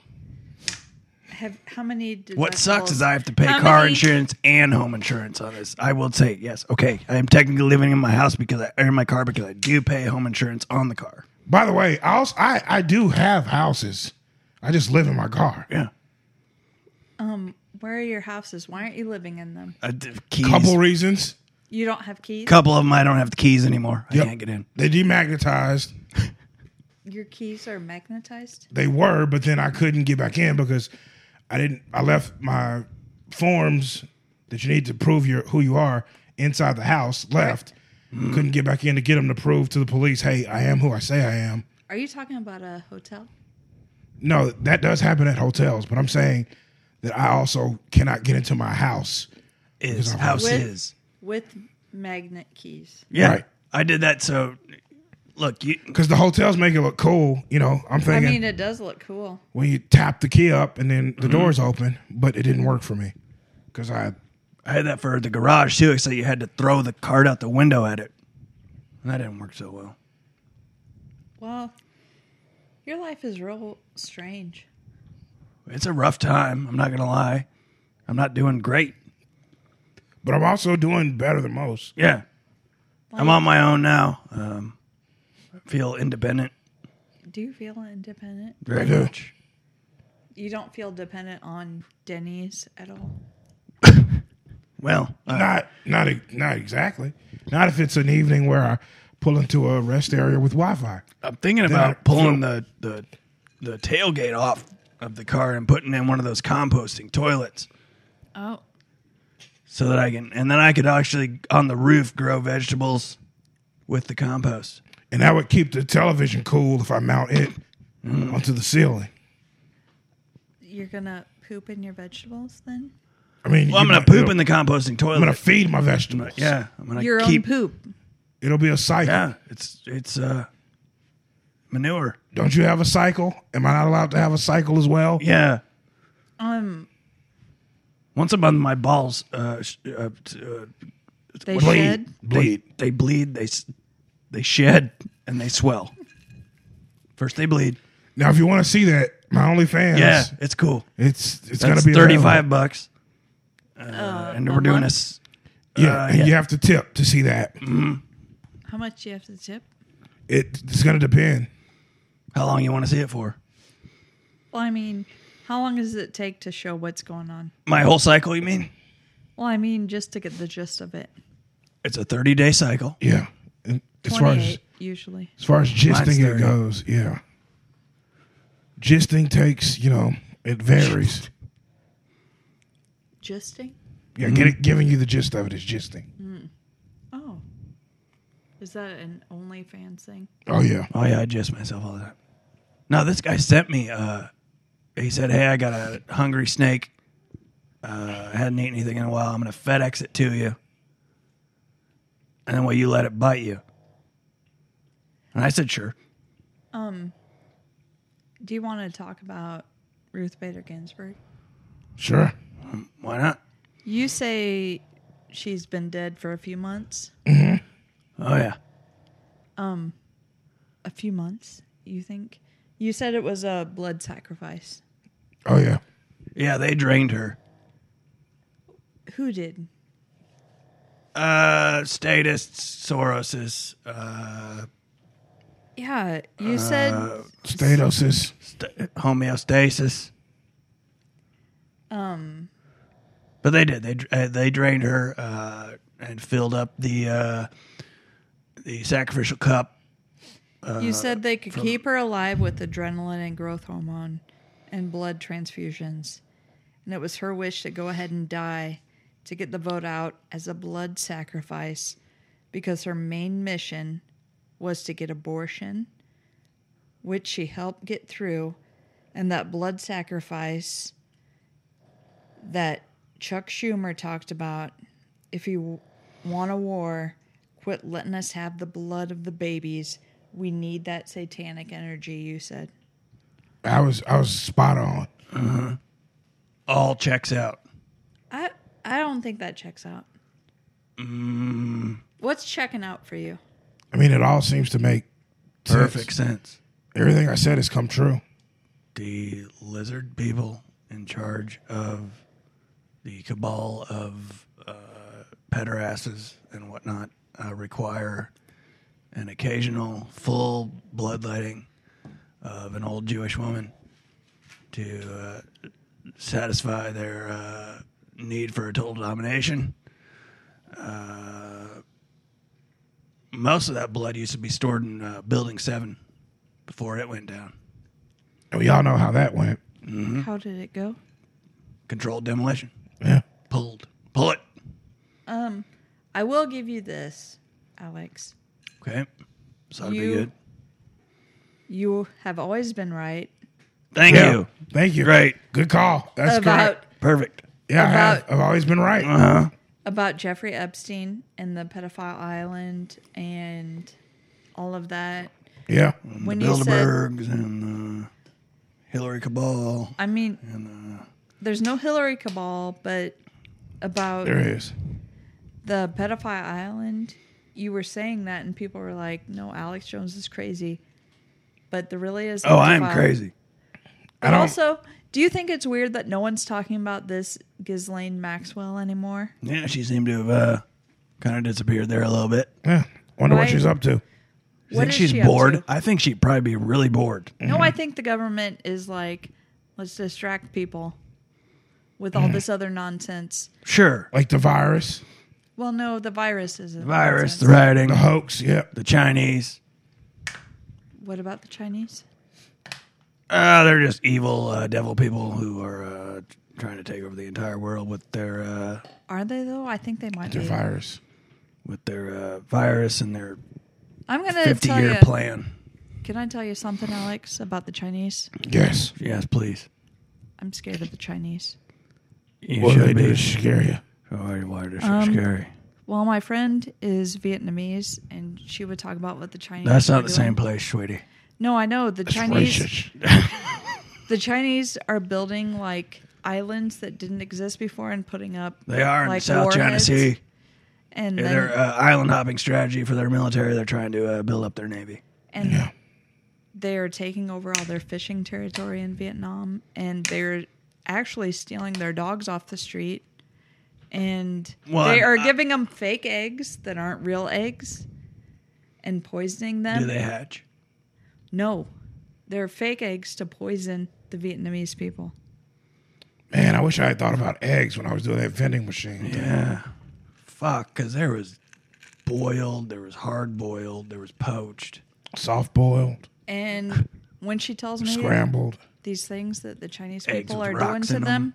Speaker 4: have how many?
Speaker 2: What sucks is
Speaker 4: deductibles?
Speaker 2: I have to pay
Speaker 4: How
Speaker 2: car
Speaker 4: many-
Speaker 2: insurance and home insurance on this. I will say, yes, okay. I am technically living in my house because I or in my car because I do pay home insurance on the car.
Speaker 3: By the way, I also, I, I do have houses. I just live in my car.
Speaker 2: Yeah.
Speaker 4: Where are your houses? Why aren't you living in them?
Speaker 2: I d- keys.
Speaker 3: Couple
Speaker 2: Couple,
Speaker 3: reasons.
Speaker 4: You don't have keys.
Speaker 2: of them I don't have the keys anymore. I
Speaker 3: Yep.
Speaker 2: can't get in.
Speaker 3: They demagnetized.
Speaker 4: Your keys are magnetized.
Speaker 3: They were, but then I couldn't get back in because I didn't. I left my forms that you need to prove your who you are inside the house. Left. Couldn't get back in to get them to prove to the police, hey, I am who I say I am.
Speaker 4: Are you talking about a hotel?
Speaker 3: No, that does happen at hotels, but I'm saying that I also cannot get into my house.
Speaker 2: Is house
Speaker 4: With-
Speaker 2: is.
Speaker 4: with magnet keys.
Speaker 2: Yeah.
Speaker 3: Right.
Speaker 2: I did that so look, you
Speaker 3: Because the hotels make it look cool, you know. I'm
Speaker 4: I
Speaker 3: thinking
Speaker 4: mean, it does look cool.
Speaker 3: when you tap the key up and then
Speaker 2: Mm-hmm.
Speaker 3: the doors open, but it didn't work for me because I
Speaker 2: I had that for the garage too, except you had to throw the cart out the window at it. And that didn't work so well.
Speaker 4: Well, your life is real strange.
Speaker 2: It's a rough time. I'm not gonna lie. I'm not doing great.
Speaker 3: But I'm also doing better than most.
Speaker 2: Yeah, I'm on my own now. Um, I feel independent
Speaker 4: Do you feel independent?
Speaker 2: very
Speaker 3: I do.
Speaker 2: much.
Speaker 4: You don't feel dependent on Denny's at all.
Speaker 2: Well, uh,
Speaker 3: Not not e- not exactly. Not if it's an evening where I pull into a rest area with Wi-Fi.
Speaker 2: I'm thinking
Speaker 3: I
Speaker 2: about pulling the, the the tailgate off of the car and putting in one of those composting toilets
Speaker 4: Oh,
Speaker 2: so that I can, and then I could actually on the roof grow vegetables with the compost.
Speaker 3: And that would keep the television cool if I mount it
Speaker 2: Mm.
Speaker 3: onto the ceiling.
Speaker 4: you're gonna poop in your vegetables then?
Speaker 3: I mean,
Speaker 2: Well, I'm
Speaker 3: you
Speaker 2: gonna
Speaker 3: might-
Speaker 2: poop
Speaker 3: it'll-
Speaker 2: in the composting toilet.
Speaker 3: I'm gonna feed my vegetables.
Speaker 2: yeah, I'm gonna
Speaker 4: your
Speaker 2: keep.
Speaker 4: own poop.
Speaker 3: it'll be a cycle.
Speaker 2: Yeah, it's it's uh, manure.
Speaker 3: Don't you have a cycle? Am I not allowed to have a cycle as well?
Speaker 2: Yeah.
Speaker 4: Um,
Speaker 2: Once a month, my balls uh, sh- uh, t- uh,
Speaker 4: they
Speaker 3: Bleed,
Speaker 4: shed.
Speaker 3: bleed.
Speaker 2: They, they bleed. They s- they shed and they swell. First they bleed.
Speaker 3: Now, if you want to see that, my OnlyFans.
Speaker 2: Yeah, it's cool.
Speaker 3: it's it's gonna
Speaker 2: That's
Speaker 3: be
Speaker 2: thirty
Speaker 3: available.
Speaker 2: five bucks,
Speaker 4: Uh,
Speaker 2: and
Speaker 4: a
Speaker 2: we're doing
Speaker 4: month?
Speaker 2: this.
Speaker 3: Yeah,
Speaker 2: uh,
Speaker 3: and
Speaker 2: yeah. Mm.
Speaker 3: you have to tip to see that.
Speaker 4: How much do you have to tip?
Speaker 3: It, it's gonna depend.
Speaker 2: How long you want to see it for?
Speaker 4: Well, I mean, how long does it take to show what's going on?
Speaker 2: My whole cycle, you mean?
Speaker 4: Well, I mean, just to get the gist of it.
Speaker 2: It's a thirty day cycle.
Speaker 3: Yeah, And as far as
Speaker 4: Twenty-eight usually.
Speaker 3: As far as
Speaker 2: Mine's
Speaker 3: gisting it
Speaker 2: 30.
Speaker 3: goes, yeah. Gisting takes, you know, it varies.
Speaker 4: Gisting.
Speaker 3: Yeah, get it, giving you the gist of it is gisting.
Speaker 4: Oh. Is that an OnlyFans thing?
Speaker 3: Oh yeah,
Speaker 2: Oh yeah, I gist myself all the time. No, this guy sent me. Uh, he said, "Hey, I got a hungry snake Uh, I hadn't eaten anything in a while. I'm going to FedEx it to you. And then will you let it bite you? And I said, sure.
Speaker 4: Do you want to talk about Ruth Bader Ginsburg?
Speaker 3: Sure.
Speaker 2: Why not?
Speaker 4: You say she's been dead for a few months.
Speaker 2: Oh, yeah.
Speaker 4: A few months, you think? You said it was a blood sacrifice.
Speaker 3: Oh yeah.
Speaker 2: Yeah, they drained her.
Speaker 4: Who did?
Speaker 2: Uh, statists, Soroses, uh,
Speaker 4: Yeah, you said
Speaker 3: Statosis.
Speaker 2: st- homeostasis.
Speaker 4: um
Speaker 2: But they did. They dr- uh, they drained her uh, and filled up the uh, the sacrificial cup.
Speaker 4: you said they could keep her alive with adrenaline and growth hormone and blood transfusions. And it was her wish to go ahead and die to get the vote out as a blood sacrifice because her main mission was to get abortion, which she helped get through. And that blood sacrifice that Chuck Schumer talked about if you w- want a war, quit letting us have the blood of the babies. We need that satanic energy, you said.
Speaker 3: I was I was spot on.
Speaker 2: All checks out.
Speaker 4: I I don't think that checks out. What's checking out for you?
Speaker 3: I mean, it all seems to make sense.
Speaker 2: Perfect sense.
Speaker 3: Everything I said has come true.
Speaker 2: The lizard people in charge of the cabal of uh, pederasses and whatnot uh, require an occasional full bloodletting of an old Jewish woman to uh, satisfy their uh, need for total domination. Uh, most of that blood used to be stored in uh, Building 7 before it went down.
Speaker 3: And we all know how that went.
Speaker 4: How did it go?
Speaker 2: Controlled demolition.
Speaker 3: Yeah.
Speaker 2: Pulled. Pull it.
Speaker 4: Um, I will give you this, Alex.
Speaker 2: Okay. So that'd
Speaker 4: You-
Speaker 2: be good.
Speaker 4: You have always been right
Speaker 2: Thank
Speaker 3: Yeah.
Speaker 2: you.
Speaker 3: Thank you.
Speaker 2: Great.
Speaker 3: Good call. That's
Speaker 4: about
Speaker 3: correct.
Speaker 2: Perfect.
Speaker 3: Yeah, I have.
Speaker 4: about-
Speaker 3: I've always been right.
Speaker 2: Uh-huh.
Speaker 4: about Jeffrey Epstein and the pedophile island and all of that.
Speaker 3: Yeah.
Speaker 4: When
Speaker 2: the
Speaker 4: you said,
Speaker 2: Bilderbergs and uh, Hillary Cabal.
Speaker 4: I mean,
Speaker 2: uh,
Speaker 4: there's no Hillary cabal, but about
Speaker 3: There it is.
Speaker 4: the pedophile island you were saying that and people were like no alex jones is crazy but there really is
Speaker 2: Oh, I am
Speaker 4: pedophile.
Speaker 2: crazy.
Speaker 3: I
Speaker 4: but
Speaker 3: don't-
Speaker 4: also do you think it's weird that no one's talking about this ghislaine maxwell anymore
Speaker 2: Yeah, she seemed to have uh, kind of disappeared there a little bit.
Speaker 3: Yeah. Wonder what
Speaker 4: Right.
Speaker 3: she's up to.
Speaker 2: You
Speaker 4: What
Speaker 2: think
Speaker 4: is
Speaker 2: she's
Speaker 4: she up
Speaker 2: bored?
Speaker 4: to?
Speaker 2: I think she'd probably be really bored.
Speaker 4: no i think the government is like let's distract people with all this other nonsense
Speaker 2: Sure.
Speaker 3: Like the virus,
Speaker 4: well no the virus is the
Speaker 2: Virus, the rioting,
Speaker 3: the hoax. Yeah.
Speaker 2: the Chinese.
Speaker 4: what about the chinese
Speaker 2: Uh, they're just evil uh, devil people who are uh, trying to take over the entire world with their uh,
Speaker 4: are they though i think they might
Speaker 3: The
Speaker 4: be
Speaker 3: virus.
Speaker 2: with their uh, virus and their
Speaker 4: i'm gonna
Speaker 2: 50
Speaker 4: tell
Speaker 2: year
Speaker 4: you
Speaker 2: plan.
Speaker 4: can i tell you something alex about the chinese
Speaker 3: Yes.
Speaker 2: Yes, please.
Speaker 4: i'm scared of the chinese
Speaker 2: You
Speaker 3: What do they
Speaker 2: should
Speaker 3: do
Speaker 2: be.
Speaker 3: to scare you?
Speaker 2: Why, why they're so
Speaker 4: Um,
Speaker 2: scary?
Speaker 4: Well, my friend is Vietnamese, and she would talk about what the Chinese.
Speaker 2: That's
Speaker 4: were
Speaker 2: not the same
Speaker 4: doing.
Speaker 2: place, sweetie.
Speaker 4: No, I know the Chinese.
Speaker 3: Racist.
Speaker 4: The Chinese are building like islands that didn't exist before and putting up.
Speaker 2: They are in
Speaker 4: like,
Speaker 2: South China
Speaker 4: warheads,
Speaker 2: Sea.
Speaker 4: and
Speaker 2: Yeah,
Speaker 4: then,
Speaker 2: Their uh, island hopping strategy for their military. They're trying to uh, build up their navy.
Speaker 4: and
Speaker 3: Yeah.
Speaker 4: they are taking over all their fishing territory in Vietnam, and they're actually stealing their dogs off the street, and
Speaker 2: Well,
Speaker 4: they
Speaker 2: I'm-
Speaker 4: are
Speaker 2: I-
Speaker 4: giving them fake eggs that aren't real eggs, and poisoning them.
Speaker 2: Do they hatch?
Speaker 4: No, they're fake eggs to poison the Vietnamese people.
Speaker 3: Man, I wish I had thought about eggs when I was doing that vending machine.
Speaker 2: Yeah. Fuck, because there was boiled, there was hard boiled, there was poached.
Speaker 3: Soft boiled,
Speaker 4: And when she tells me
Speaker 3: scrambled,
Speaker 4: these things that the Chinese
Speaker 2: Eggs
Speaker 4: people
Speaker 2: with
Speaker 4: are doing
Speaker 2: rocks
Speaker 4: to
Speaker 2: in
Speaker 4: them,
Speaker 2: 'em.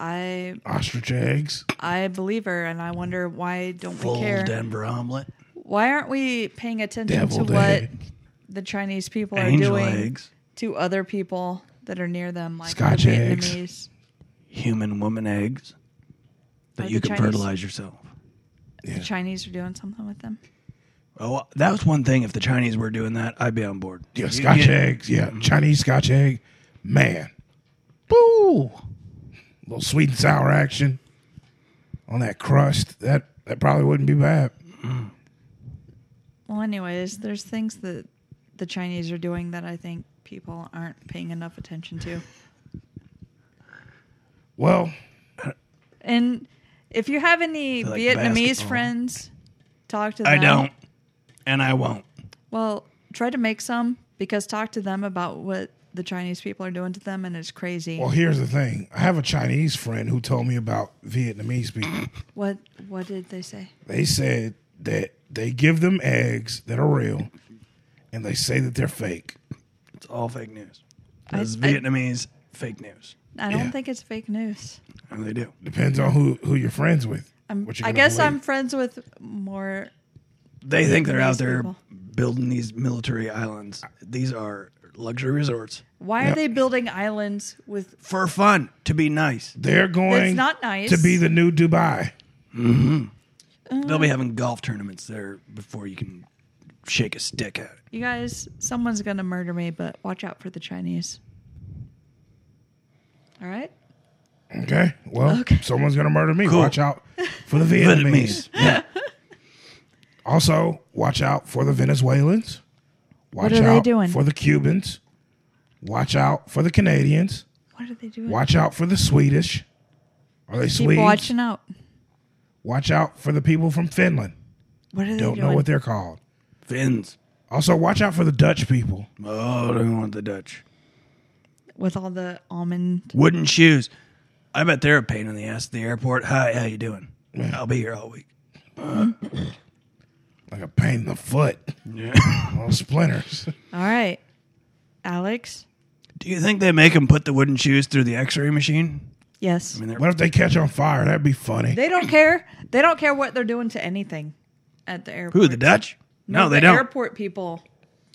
Speaker 4: I
Speaker 3: ostrich eggs.
Speaker 4: I believe her, and I wonder why don't we
Speaker 2: Full
Speaker 4: care?
Speaker 2: Denver omelet.
Speaker 4: Why aren't we paying attention
Speaker 3: Deviled
Speaker 4: to what
Speaker 3: egg.
Speaker 4: the Chinese people are
Speaker 2: Angel
Speaker 4: doing
Speaker 2: eggs.
Speaker 4: to other people that are near them, like
Speaker 3: Scotch
Speaker 4: the
Speaker 3: eggs.
Speaker 4: Vietnamese?
Speaker 2: human woman eggs
Speaker 4: Are
Speaker 2: that you
Speaker 4: the
Speaker 2: can
Speaker 4: Chinese-
Speaker 2: fertilize yourself.
Speaker 3: Yeah.
Speaker 4: The Chinese are doing something with them.
Speaker 2: Oh, that was one thing. If the Chinese were doing that, I'd be on board.
Speaker 3: Yeah, Mm-hmm.
Speaker 2: You
Speaker 3: Scotch
Speaker 2: get-
Speaker 3: eggs. Yeah, Chinese Scotch egg. Man, boo! little sweet and sour action on that crust. That that probably wouldn't be bad.
Speaker 4: Well, anyways, there's things that the Chinese are doing that I think people aren't paying enough attention to.
Speaker 3: Well,
Speaker 4: And if you have any
Speaker 2: Like
Speaker 4: Vietnamese
Speaker 2: basketball.
Speaker 4: friends, talk to them.
Speaker 2: I don't, and I won't.
Speaker 4: Well, try to make some because talk to them about what the Chinese people are doing to them, and it's crazy.
Speaker 3: well, here's the thing. I have a Chinese friend who told me about Vietnamese people.
Speaker 4: What What did they say?
Speaker 3: They said that they give them eggs that are real, and they say that they're fake.
Speaker 2: It's all fake news.
Speaker 4: I-
Speaker 2: That's
Speaker 4: I-
Speaker 2: Vietnamese fake news,
Speaker 4: I don't
Speaker 3: Yeah.
Speaker 4: think it's fake news.
Speaker 2: and they do.
Speaker 3: Depends on who who you're friends with.
Speaker 4: I'm,
Speaker 3: what you're
Speaker 4: I
Speaker 3: gonna
Speaker 4: guess I'm
Speaker 3: believe.
Speaker 4: friends with more.
Speaker 2: They think they're out
Speaker 4: These
Speaker 2: there
Speaker 4: people.
Speaker 2: building these military islands. These are luxury resorts
Speaker 4: Why
Speaker 3: Yeah.
Speaker 4: are they building islands with?
Speaker 2: for fun to be nice.
Speaker 3: They're going
Speaker 4: That's not nice.
Speaker 3: to be the new Dubai.
Speaker 4: Mm.
Speaker 2: They'll be having golf tournaments there before you can shake a stick at it.
Speaker 4: You guys, someone's gonna murder me, but watch out for the Chinese. All right.
Speaker 3: Okay. Well,
Speaker 4: Okay.
Speaker 3: someone's gonna murder me.
Speaker 2: Cool.
Speaker 3: Watch out for the
Speaker 2: Vietnamese.
Speaker 3: Vietnamese.
Speaker 2: Yeah.
Speaker 3: also, watch out for the Venezuelans. Watch
Speaker 4: are they
Speaker 3: out
Speaker 4: doing?
Speaker 3: for the Cubans. Watch out for the Canadians.
Speaker 4: What are they doing?
Speaker 3: Watch out for the Swedish. Are they
Speaker 4: Keep
Speaker 3: Swedes?
Speaker 4: watching out.
Speaker 3: Watch out for the people from Finland.
Speaker 4: What are they
Speaker 3: Don't
Speaker 4: doing?
Speaker 3: know what they're called.
Speaker 2: Finns.
Speaker 3: Also, watch out for the Dutch people.
Speaker 2: Oh, I don't want the Dutch.
Speaker 4: with all the almond.
Speaker 2: Wooden shoes. I bet they're a pain in the ass at the airport. Hi, how you doing?
Speaker 3: Yeah.
Speaker 2: I'll be here all week.
Speaker 3: Like a pain in the foot.
Speaker 2: Yeah.
Speaker 3: All splinters.
Speaker 4: All right, Alex.
Speaker 2: Do you think they make them put the wooden shoes through the X-ray machine?
Speaker 4: Yes.
Speaker 2: I mean, they're,
Speaker 3: what if they catch on fire? That'd be funny.
Speaker 4: They don't care. They don't care what they're doing to anything at the airport.
Speaker 2: who the Dutch? No,
Speaker 4: the
Speaker 2: they don't.
Speaker 4: Airport people.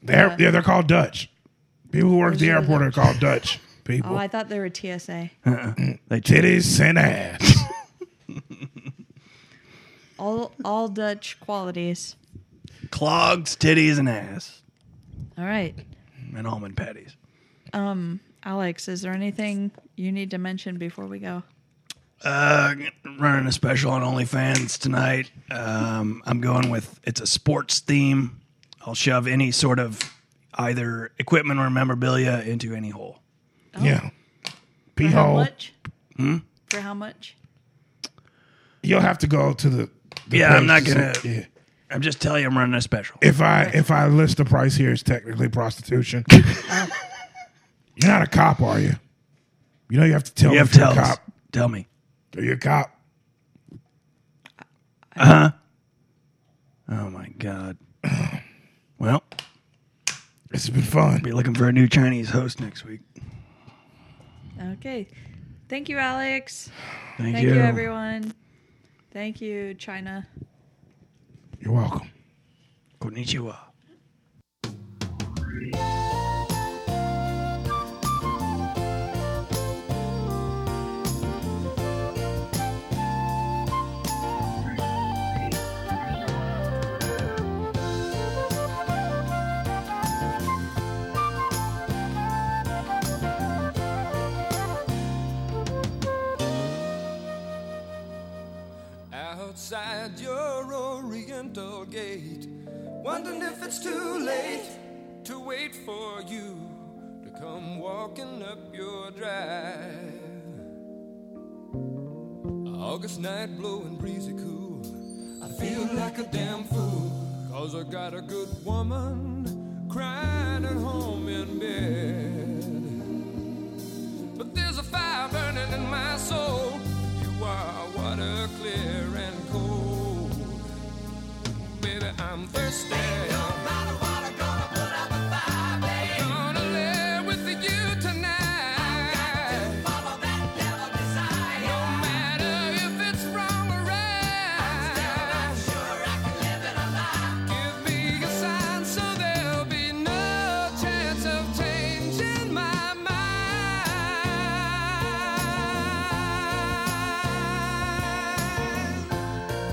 Speaker 3: They're, yeah, they're called Dutch. People who work at the
Speaker 4: Those are
Speaker 3: airport are called Dutch people.
Speaker 4: Oh, I thought they were TSA.
Speaker 2: They did it.
Speaker 3: Titties and ass.
Speaker 4: All all Dutch qualities.
Speaker 2: Clogs, titties, and ass,
Speaker 4: All right,
Speaker 2: and almond patties.
Speaker 4: Alex. Is there anything you need to mention before we go?
Speaker 2: Uh, running a special on OnlyFans tonight. Um, I'm going with it's a sports theme. I'll shove any sort of either equipment or memorabilia into any hole.
Speaker 3: Yeah. Pee
Speaker 4: Oh. For how
Speaker 3: hole.
Speaker 4: much? For how much?
Speaker 3: You'll have to go to the. the
Speaker 2: Yeah, I'm
Speaker 3: place
Speaker 2: not
Speaker 3: to
Speaker 2: gonna-
Speaker 3: see- yeah.
Speaker 2: I'm just telling you, I'm running a special.
Speaker 3: If I if I list the price here, it's technically prostitution.
Speaker 4: Oh.
Speaker 3: You're not a cop, are you? You know you have to tell
Speaker 2: You
Speaker 3: me
Speaker 2: have
Speaker 3: if you're a
Speaker 2: tells.
Speaker 3: cop.
Speaker 2: Tell me.
Speaker 3: Are you a cop?
Speaker 2: Oh my god. Well,
Speaker 3: It's been fun.
Speaker 2: be looking for a new Chinese host next week.
Speaker 4: Okay. Thank you, Alex.
Speaker 2: Thank,
Speaker 4: Thank you, everyone. Thank you, China.
Speaker 3: You're welcome.
Speaker 2: Konnichiwa.
Speaker 5: Outside your oriental gate, wondering if it's too late to wait for you to come walking up your drive. August night blowing breezy cool. I feel like a damn fool, cause I got a good woman crying at home in bed. But there's a fire burning in my soul. You are water clear and cold. Baby, I'm thirsty. Gonna live with you tonight. No matter if it's wrong or right. Give me a sign so there'll be no chance of changing.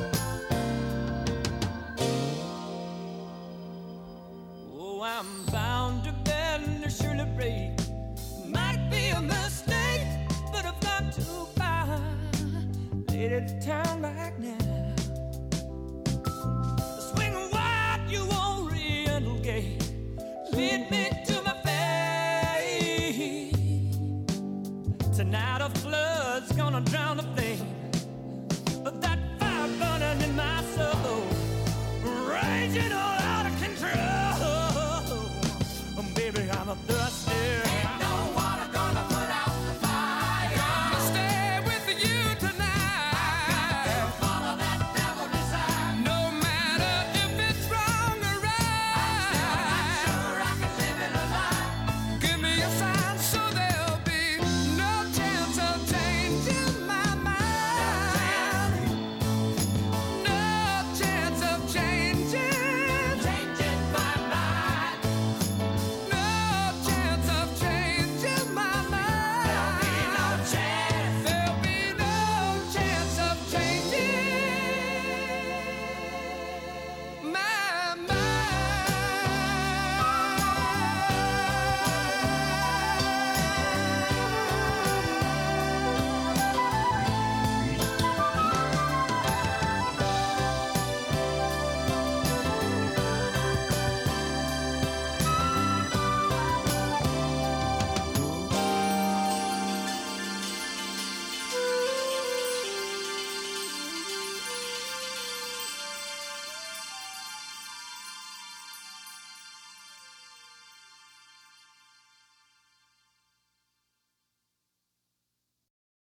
Speaker 5: Oh, at a time like now. Swing wide, you oriental gate. Lead me to my fate. Tonight a flood's gonna drown. Oh,